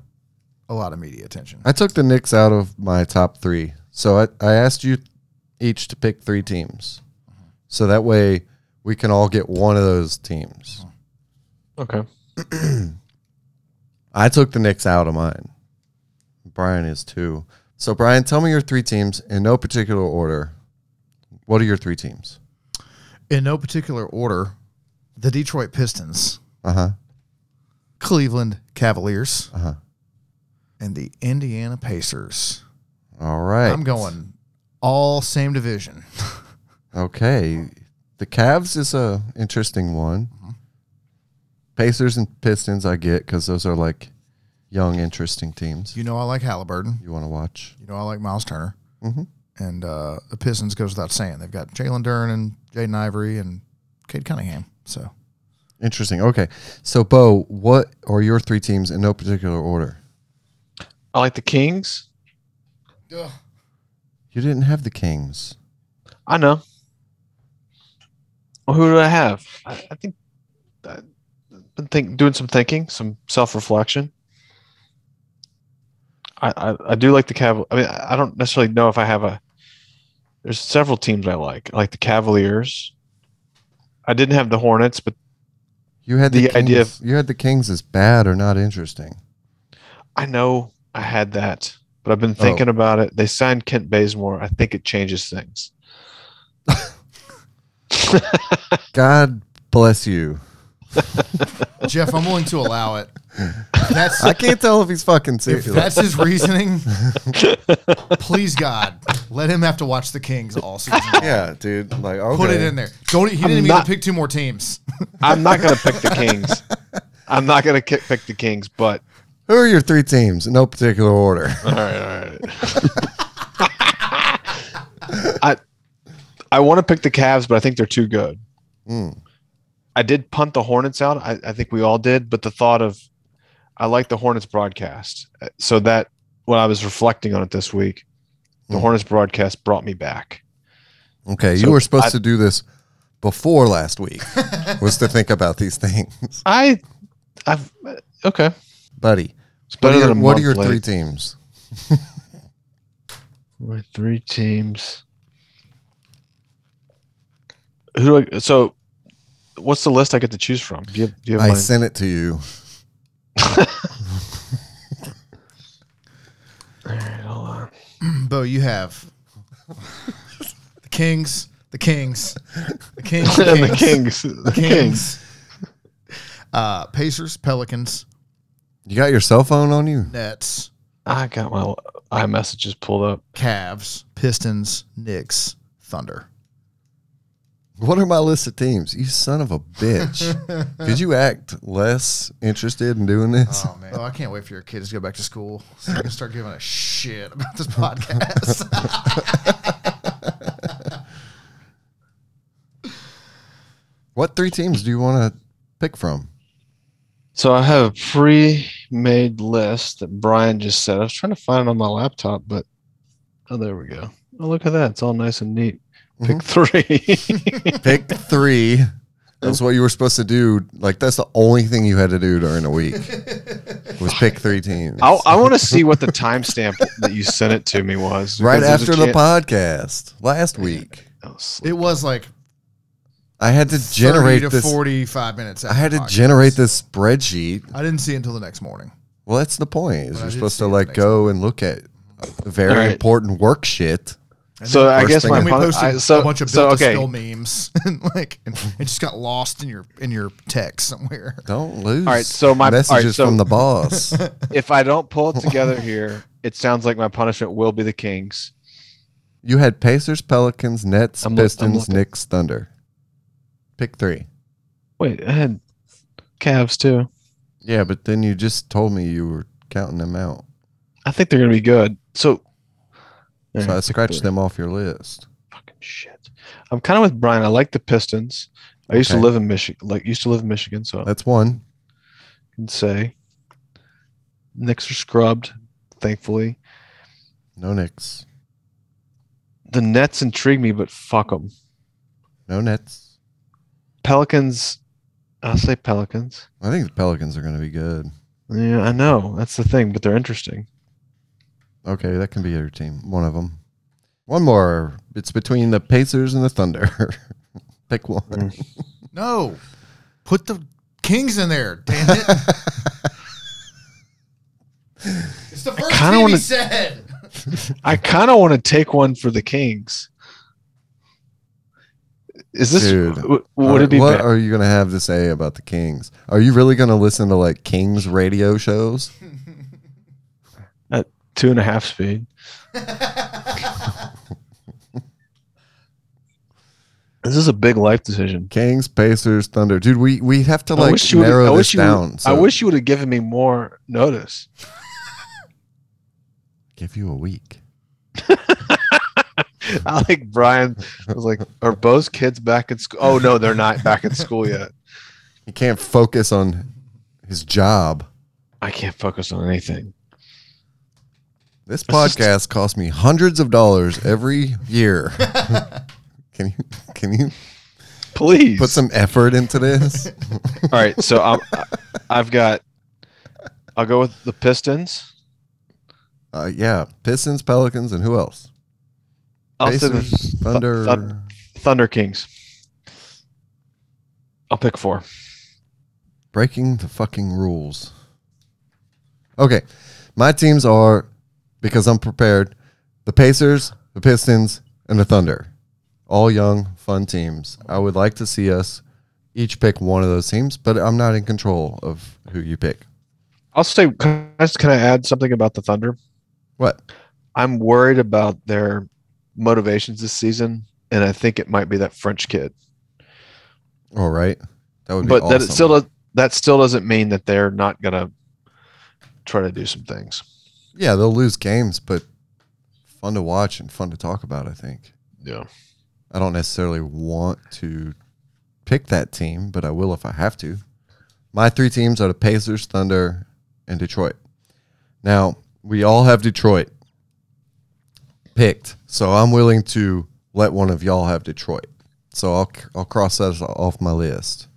a lot of media attention.
I took the Knicks out of my top three. So I, I asked you each to pick three teams. So that way we can all get one of those teams.
Okay.
I took the Knicks out of mine. Brian is too. So, Brian, tell me your three teams in no particular order. What are your three teams?
In no particular order, the Detroit Pistons,
Uh huh.
Cleveland Cavaliers,
Uh-huh.
and the Indiana Pacers.
All right.
I'm going all same division.
Okay. The Cavs is a interesting one.
Mm-hmm.
Pacers and Pistons I get because those are like young, interesting teams
You know I like Halliburton.
you want to watch.
You know, I like Miles Turner.
Mhm.
And uh, the Pistons goes without saying. They've got Jalen Dern and Jaden Ivory and Cade Cunningham. So
Interesting. Okay. So, Bo, what are your three teams in no particular order?
I like the Kings.
You didn't have the Kings.
I know. Well, who do I have? I, I think I've been think, doing some thinking, some self reflection. I, I, I do like the Cav. I mean, I I don't necessarily know if I have a. There's several teams I like. I like the Cavaliers. I didn't have the Hornets, but
You had the,
The idea
Kings- you had the Kings as bad or not interesting.
I know I had that. But I've been thinking about it. They signed Kent Bazemore. I think it changes things.
God bless you.
Jeff, I'm willing to allow it. If That's
I can't tell if he's fucking
if
serious.
that's his reasoning. please God, let him have to watch the Kings all season.
[LAUGHS]
long.
yeah, dude. Like, okay.
Put it in there. Don't he didn't even
not-
get to pick two more teams. [LAUGHS]
I'm not going to pick the Kings. [LAUGHS] I'm not going to ki- pick the Kings, but
Who are your three teams in no particular order?
[LAUGHS]
all right, [LAUGHS] all right. I I want to pick the Cavs, but I think they're too good.
Mm.
I did punt the Hornets out. I, I think we all did, but the thought of I like the Hornets broadcast. Uh, So that when I was reflecting on it this week, the
Mm.
Hornets broadcast brought me back.
Okay,
So
you were supposed
I-
to do this before last week. was to think about these things, [LAUGHS]
I I've okay.
buddy.
It's
What
better
are your,
than a
what are
month
your
late.
three teams?
My three teams. Who do I, so? What's the list I get to choose from? Do you, do you have
I
mine?
sent it to you.
Hold on.
Bo, you have the Kings, the Kings, the Kings, the
And [LAUGHS] [LAUGHS]
Kings,
the Kings. The Kings.
Kings. Uh, Pacers, Pelicans,
You got your cell phone on you?
Nets,
I got my iMessages pulled up.
Cavs, Pistons, Knicks, Thunder.
What are my list of teams? You son of a
[LAUGHS]
bitch. Could you act less interested in doing this?
Oh man! Oh, I can't wait for your kids to go back to school so I can start giving a shit about this
[LAUGHS]
podcast.
What three teams do you want to pick from?
So I have a pre-made list that Brian just said. I was trying to find it on my laptop, but oh, there we go. Oh, look at that! It's all nice and neat. Pick
Mm-hmm.
three. [LAUGHS]
Pick three. That's what you were supposed to do. Like that's the only thing you had to do during a week was pick three teams.
I, I want to see what the timestamp that you sent it to me was.
right
because there's a
after the
chan-
podcast last week.
Oh, sl-
it was like
I had to
generate
generate
to
this.
forty-five minutes.
I had
after
to
podcast.
generate this spreadsheet.
I didn't see it until the next morning.
Well, that's the point.
But
Is
I
you're
did
supposed
see
to
it the
like
next
go and look at very
All right.
important work shit.
And
So
then-
I
First
guess
thing
my
I-
and we
pun-
posted
I- so
a bunch of
so
built to
okay.
spill memes [LAUGHS] and like and it just got lost in your in your text somewhere. [LAUGHS]
Don't lose.
right, so my- all right,
messages
so-
from the [LAUGHS] boss.
If I don't pull it [LAUGHS] together here, it sounds like my punishment will be the Kings.
you had Pacers, Pelicans, Nets,
I'm loo- I'm
Pistons,
looking.
Knicks, Thunder. Pick three.
Wait, I had Cavs too.
Yeah, but then you just told me you were counting them out,
I think they're gonna be good. So,
so I scratched
them.
them off your list.
Fucking shit. I'm kind of with Brian. I like the Pistons. I used to
Okay.
live in Michigan. Like used to live in Michigan, so I
That's one.
can say Knicks are scrubbed. Thankfully,
No Knicks.
the Nets intrigue me, but fuck them.
No Nets.
Pelicans. I'll say Pelicans.
I think the Pelicans are going to be good.
Yeah, I know that's the thing, but they're interesting.
Okay, that can be your team. One of them. One more. It's between the Pacers and the Thunder. [LAUGHS] Pick one.
No, put the Kings in there. Damn it!
[LAUGHS]
it's the first
kinda
thing he
wanna-
said. [LAUGHS]
I kind of want to take one for the Kings. Is this
Dude.
w- would
Are-
it be
What
bad?
are you going to have to say about the Kings? Are you really going to listen to like Kings radio shows?
two and a half speed? This is a big life decision.
Kings, Pacers, Thunder. Dude, we we have to
I
like
wish you would. I
narrow this
wish you.
down.
I
so-
wish you would have given me more notice. [LAUGHS]
give you a week.
I like Brian was like, "Are both kids back at school?" Oh no, they're not back at school yet.
He can't focus on his job.
[LAUGHS] I can't focus on anything.
This
That's
podcast
just-
costs me hundreds of dollars every
[LAUGHS]
year. can you can you
Please
put some effort into
[LAUGHS]
this?
All right, so I'm, I've got. I'll go with the Pistons.
Uh, yeah, Pistons, Pelicans, and who else?
I'll say the
Pacers,
Thu-
Thunder.
Thun- Thunder Kings. I'll pick four.
breaking the fucking rules. Okay, my teams are because I'm prepared. The Pacers, the Pistons, and the Thunder, all young, fun teams. I would like to see us each pick one of those teams, but I'm not in control of who you pick.
I'll say. Can I, can I add something about the Thunder?
What?
I'm worried about their motivations this season, and I think it might be that French kid.
All right, that would be.
But
awesome.
that it still does, that still doesn't mean that they're not gonna try to do some things.
yeah, they'll lose games, but fun to watch and fun to talk about. I think.
Yeah.
I don't necessarily want to pick that team, but I will if I have to. My three teams are the Pacers, Thunder, and Detroit. Now, we all have Detroit picked, so I'm willing to let one of y'all have Detroit. So I'll I'll cross that off my list.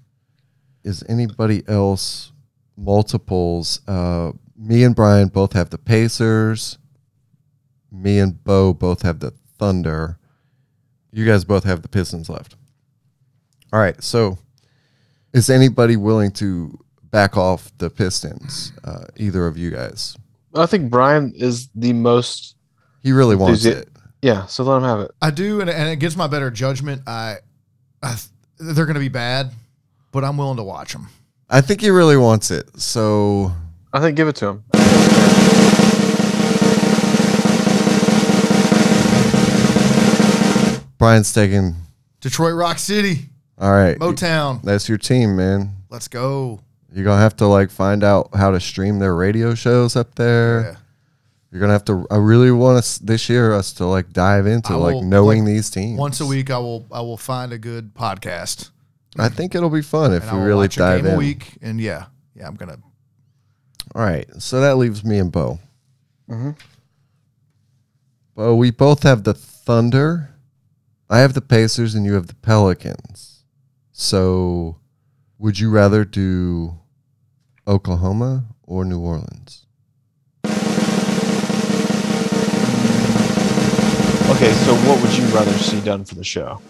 Is anybody else multiples? Uh, me and Brian both have the Pacers. Me and Bo both have the Thunder. You guys both have the Pistons left. All right. So, is anybody willing to back off the Pistons? Uh, either of you guys?
I think Brian is the most.
He really wants
Is it-
it.
Yeah. So let him have it.
I do, and, and against my better judgment, I, I th- they're going to be bad, but I'm willing to watch them.
I think he really wants it. So,
I think give it to him.
Brian's taking
Detroit Rock City,
All right.
Motown.
That's your team, man.
Let's go.
You're gonna have to like find out how to stream their radio shows up there.
Yeah.
You're gonna have to. I really want us this year us to like dive into
I
like
will,
knowing
like,
these teams
Once a week, I will I will find a good podcast
I think it'll be fun if
and
we
I will
really
watch a
dive
game a
in.
week. And yeah, yeah, I'm
[LAUGHS]
gonna.
All right, so that leaves me and Bo. Mm-hmm.
Mhm.
Bo, we both have the Thunder. I have the Pacers, and you have the Pelicans. So, would you rather do Oklahoma or New Orleans?
Okay, so what would you rather see done for the show?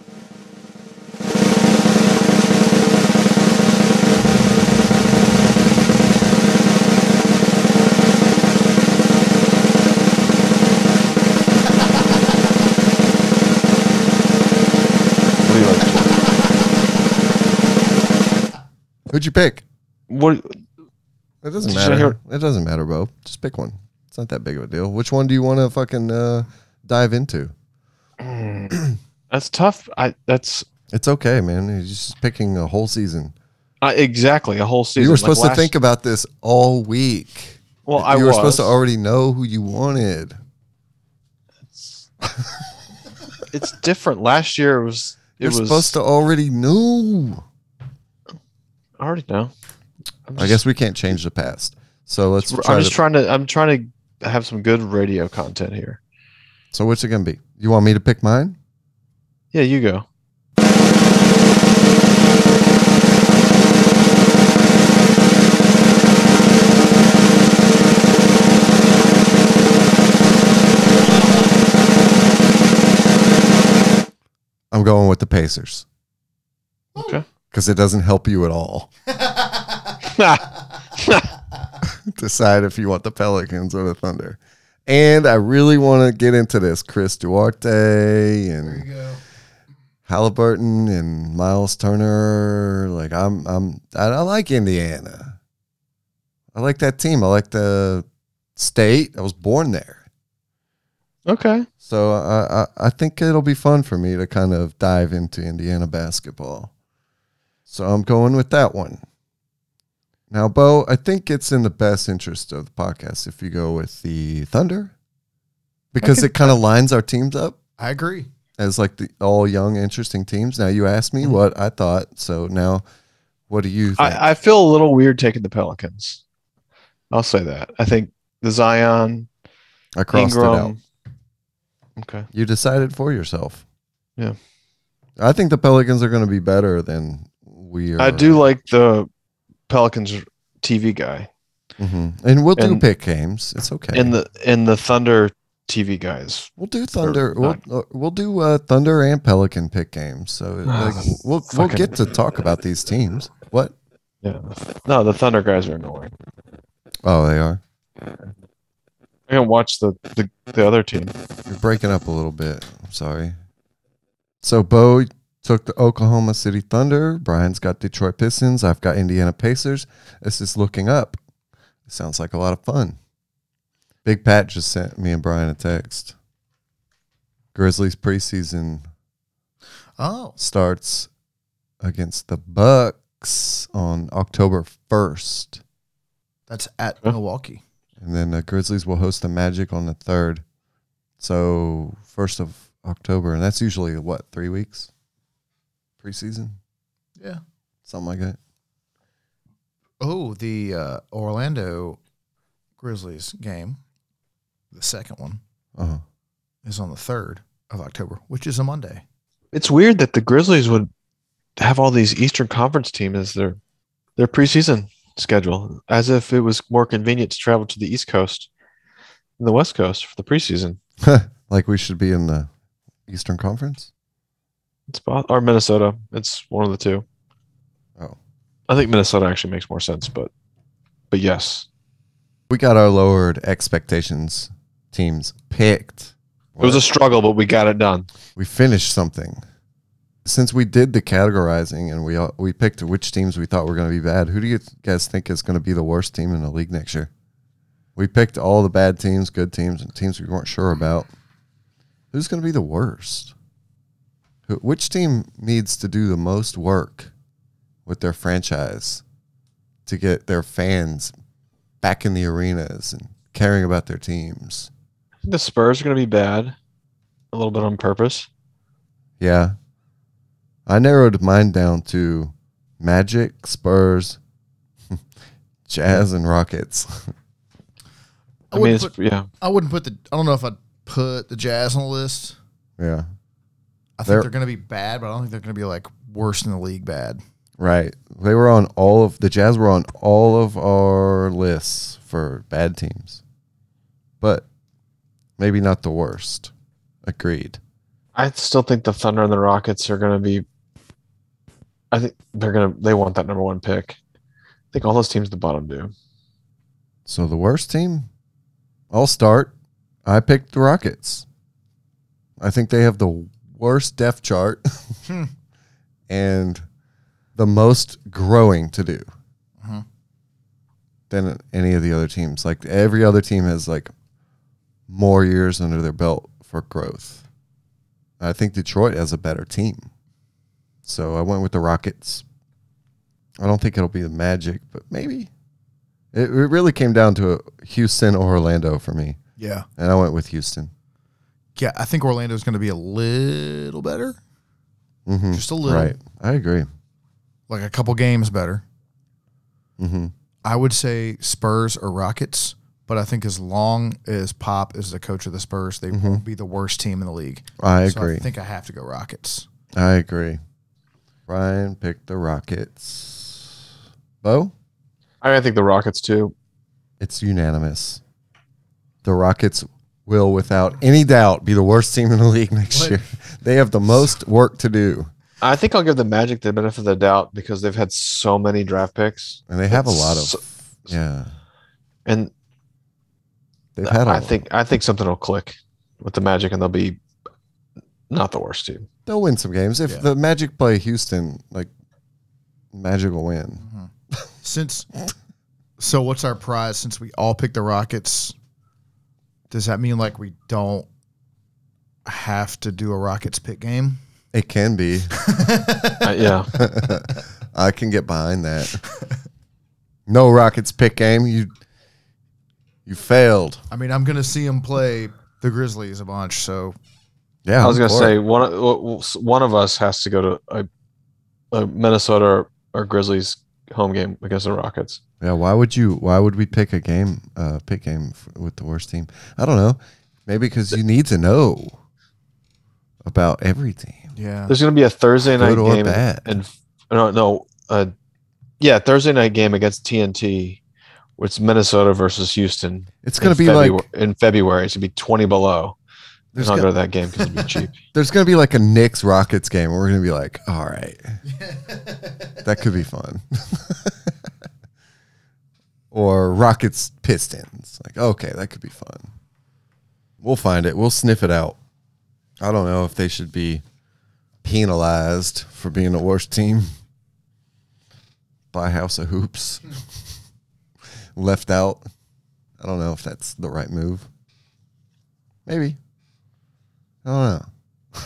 What do you like to do?
Who'd you pick?
What?
It doesn't
Should I
matter.
hear-
It doesn't matter, Bo. Just pick one. It's not that big of a deal. Which one do you want to fucking uh, dive into?
That's tough. I that's
It's okay, man. You're just picking a whole season.
I, exactly a whole season.
you were
like
supposed
last-
to think about this all week.
Well, I
you were
was
supposed to already know who you wanted.
It's different. Last year it was. It
You're
was
supposed to already know.
I already know. I'm
I
just-
guess we can't change the past. So let's. Try
I'm just
to-
trying to. I'm trying to have some good radio content here.
So what's it gonna be? You want me to pick mine?
Yeah, you go.
I'm going with the Pacers
Okay.
because it doesn't help you at all. [LAUGHS] Decide if you want the Pelicans or the Thunder. And I really want to get into this Chris Duarte
There
and
you go.
Halliburton and Miles Turner. Like I'm, I'm, I, I like Indiana. I like that team. I like the state. I was born there,
Okay.
so I, I, I think it'll be fun for me to kind of dive into Indiana basketball. So I'm going with that one. Now, Bo, I think it's in the best interest of the podcast if you go with the Thunder, because it kind of lines our teams up
I agree.
as like the all young interesting teams. Now you asked me
Mhm.
what I thought, so now what do you think?
I, I feel a little weird taking the Pelicans. I'll say that. I think the Zion
I crossed it out.
Ingram. Okay.
You decided for yourself.
Yeah.
I think the Pelicans are going to be better than we are.
I do like the Pelicans TV guy
Mhm. and we'll do
And-
pick games. It's okay.
and the and the Thunder TV guys.
we'll do Thunder.
Or not.
We'll uh, we'll do uh, Thunder and Pelican pick games.
[SIGHS]
So like, we'll we'll
fucking-
get to talk about these teams. What?
Yeah. No, the Thunder guys are annoying.
Oh, they are.
I can watch the the, the other team.
You're breaking up a little bit. I'm sorry. So Bo took the Oklahoma City Thunder. Brian's got Detroit Pistons. I've got Indiana Pacers. This is looking up. It sounds like a lot of fun. Big Pat just sent me and Brian a text. Grizzlies preseason
Oh,
starts against the Bucks on October 1st.
that's at
Huh?
Milwaukee.
And then the Grizzlies will host the Magic on the 3rd. So, 1st of October. And that's usually, what, three weeks? Preseason?
Yeah.
Something like that.
Oh, the uh, Orlando Grizzlies game, the second one,
Uh-huh.
is on the 3rd of October, which is a Monday.
It's weird that the Grizzlies would have all these Eastern Conference teams as their their preseason schedule, as if it was more convenient to travel to the East Coast than the West Coast for the preseason.
Like we should be in the Eastern Conference?
It's bo- or Minnesota. It's one of the two.
Oh.
I think Minnesota actually makes more sense, but but yes,
We got our lowered expectations teams picked.
it was a struggle, but we got it done.
we finished something. Since we did the categorizing and we all, we picked which teams we thought were going to be bad, who do you guys think is going to be the worst team in the league next year? We picked all the bad teams, good teams, and teams we weren't sure about. Who's going to be the worst? Who- Which team needs to do the most work with their franchise to get their fans back in the arenas and caring about their teams?
The Spurs are going to be bad, a little bit on purpose.
Yeah. I narrowed mine down to Magic, Spurs, [LAUGHS] Jazz, and Rockets. [LAUGHS]
I
I mean,
wouldn't,
it's,
put,
yeah,
I wouldn't put the. I don't know if I'd put the Jazz on the list.
yeah.
I think
They're-
they're, going to be bad, but I don't think they're going to be like worse in the league bad.
Right. They were on all of the Jazz were on all of our lists for bad teams. But maybe not the worst. Agreed.
I still think the Thunder and the Rockets are going to be. I think they're going to. They want that number one pick. I think all those teams at the bottom do.
So the worst team? I'll start. I picked the Rockets. I think they have the worst depth chart
Hmm.
[LAUGHS] and the most growing to do
Mhm.
than any of the other teams. Like every other team has like more years under their belt for growth. I think Detroit has a better team. So I went with the Rockets. I don't think it'll be the Magic, but maybe. It, it really came down to Houston or Orlando for me,
Yeah.
and I went with Houston.
Yeah. I think Orlando's going to be a little better,
hmm
just a little,
Right, I agree.
like a couple games better.
hmm
I would say Spurs or Rockets, but I think as long as Pop is the coach of the Spurs, they
Mhm.
won't be the worst team in the league.
I
So
agree.
I think I have to go Rockets.
I agree. Ryan picked the Rockets. Bo,
I, mean, I think the Rockets too.
it's unanimous. The Rockets will, without any doubt, be the worst team in the league [LAUGHS] next
What?
year. They have the most work to do,
I think I'll give the Magic the benefit of the doubt because they've had so many draft picks,
and they have a lot
So-
of. Yeah,
and
they've had. a
I
lot.
think I think something will click with the Magic, and they'll be not the worst team.
they'll win some games if
Yeah.
the Magic play Houston. Like, Magic will win.
Since so, what's our prize? Since we all picked the Rockets, does that mean like we don't have to do a Rockets pick game? [LAUGHS]
It can be.
I-
[LAUGHS]
Uh, yeah,
I can get behind that. No Rockets pick game. You you failed.
I mean, I'm gonna see him play the Grizzlies a bunch, so
Yeah,
I was
I'm for
gonna say
it.
one of- w- w- s- one of us has to go to a, a Minnesota or, or Grizzlies home game against the Rockets.
Yeah, why would you? Why would we pick a game? Uh, pick game f with the worst team. I don't know. Maybe because you need to know about every team.
yeah.
There's going to be a Thursday night
Good or
game
bad.
and no, no, uh, yeah, Thursday night game against TNT. It's Minnesota versus Houston.
It's gonna
in
be
February,
like
in February. It's gonna be 20 below.
there's
and I'll go
gonna,
to that game because
[LAUGHS]
it'll be cheap.
there's gonna be like a Knicks Rockets game. Where we're gonna be like, all right, that could be fun. [LAUGHS] or Rockets Pistons. Like, okay, that could be fun. We'll find it. We'll sniff it out. I don't know if they should be penalized for being the worst team. Buy House of Hoops. [LAUGHS] Left out. I don't know if that's the right move. Maybe. I don't know.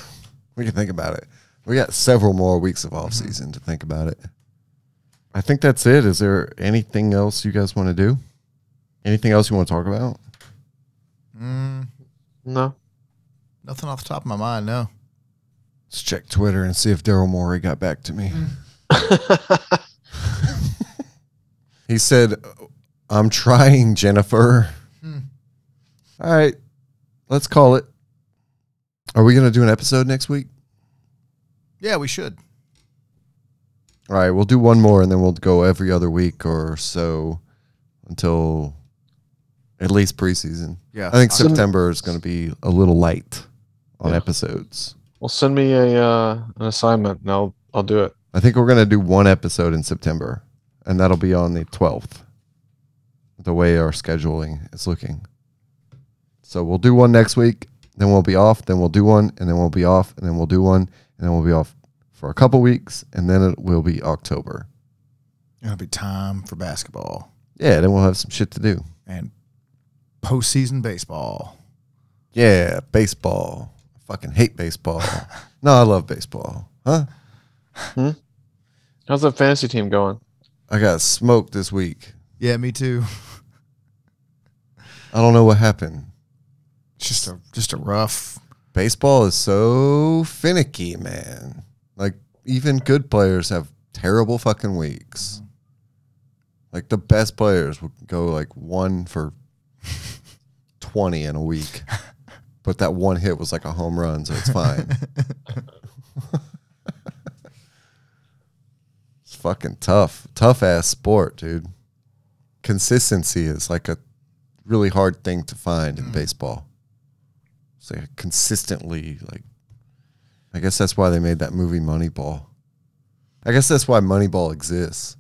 we can think about it. We got several more weeks of off season to think about it. I think that's it. Is there anything else you guys want to do? Anything else you want to talk about?
Mm,
No,
nothing off the top of my mind, no.
Let's check Twitter and see if Daryl Morey got back to me. [LAUGHS] He said, "I'm trying, Jennifer."
Hmm.
All right, let's call it. Are we going to do an episode next week?
Yeah, we should.
All right, we'll do one more and then we'll go every other week or so until at least preseason.
Yeah.
I think
Awesome.
September is going to be a little light on
Yeah.
episodes.
well, send me a uh, an assignment and I'll I'll do it.
I think we're going to do one episode in September, and that'll be on the 12th, the way our scheduling is looking. So we'll do one next week, then we'll be off, then we'll do one, and then we'll be off, and then we'll do one, and then we'll be off for a couple weeks, and then it will be October.
It'll be time for basketball
Yeah, then we'll have some shit to do.
and postseason baseball.
Yeah, baseball. I fucking hate baseball. no, I love baseball. Huh?
How's the fantasy team going?
I got smoked this week.
Yeah, me too.
I don't know what happened.
It's just a just
[LAUGHS]
a rough.
Baseball is so finicky, man. Like even good players have terrible fucking weeks. Like the best players would go like 1 for 20 in a week. But that one hit was like a home run, so it's fine. it's fucking tough. Tough ass sport, dude. Consistency is like a really hard thing to find
Mm.
in baseball. It's like consistently like I guess that's why they made that movie Moneyball. I guess that's why Moneyball exists.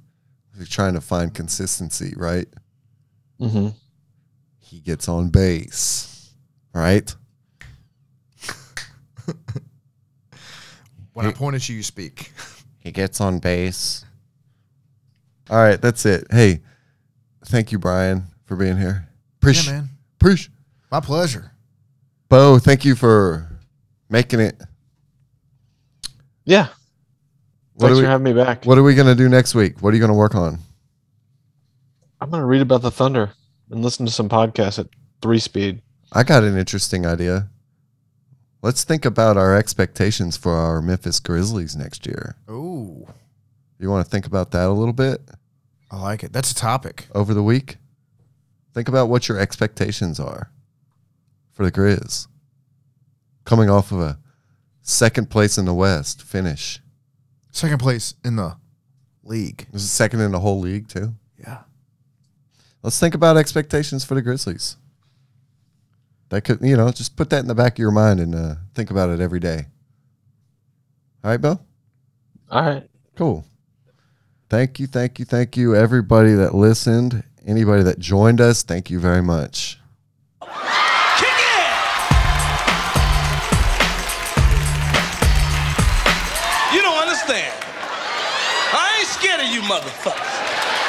They're trying to find consistency, right?
Mm-hmm.
He gets on base, right?
When I point at you, you speak.
He gets on base. All right, that's it. Hey, thank you, Brian, for being here. Preach,
Yeah, man.
preach.
My pleasure.
Bo, thank you for making it.
Yeah.
What do
Thanks for
we-
having me back.
What are we gonna do next week? What are you gonna work on?
I'm gonna read about the thunder and listen to some podcasts at three speed.
I got an interesting idea. Let's think about our expectations for our Memphis Grizzlies next year.
Oh,
You want to think about that a little bit
I like it. That's a topic.
over the week? Think about what your expectations are for the Grizz. Coming off of a second place in the West finish.
Second place in the league.
This is second in the whole league, too.
Yeah.
Let's think about expectations for the Grizzlies. That could, you know, just put that in the back of your mind and uh, think about it every day. All right, Bill?
All right.
Cool. Thank you, thank you, thank you, everybody that listened, anybody that joined us. Thank you very much.
You don't understand. I ain't scared of you motherfuckers.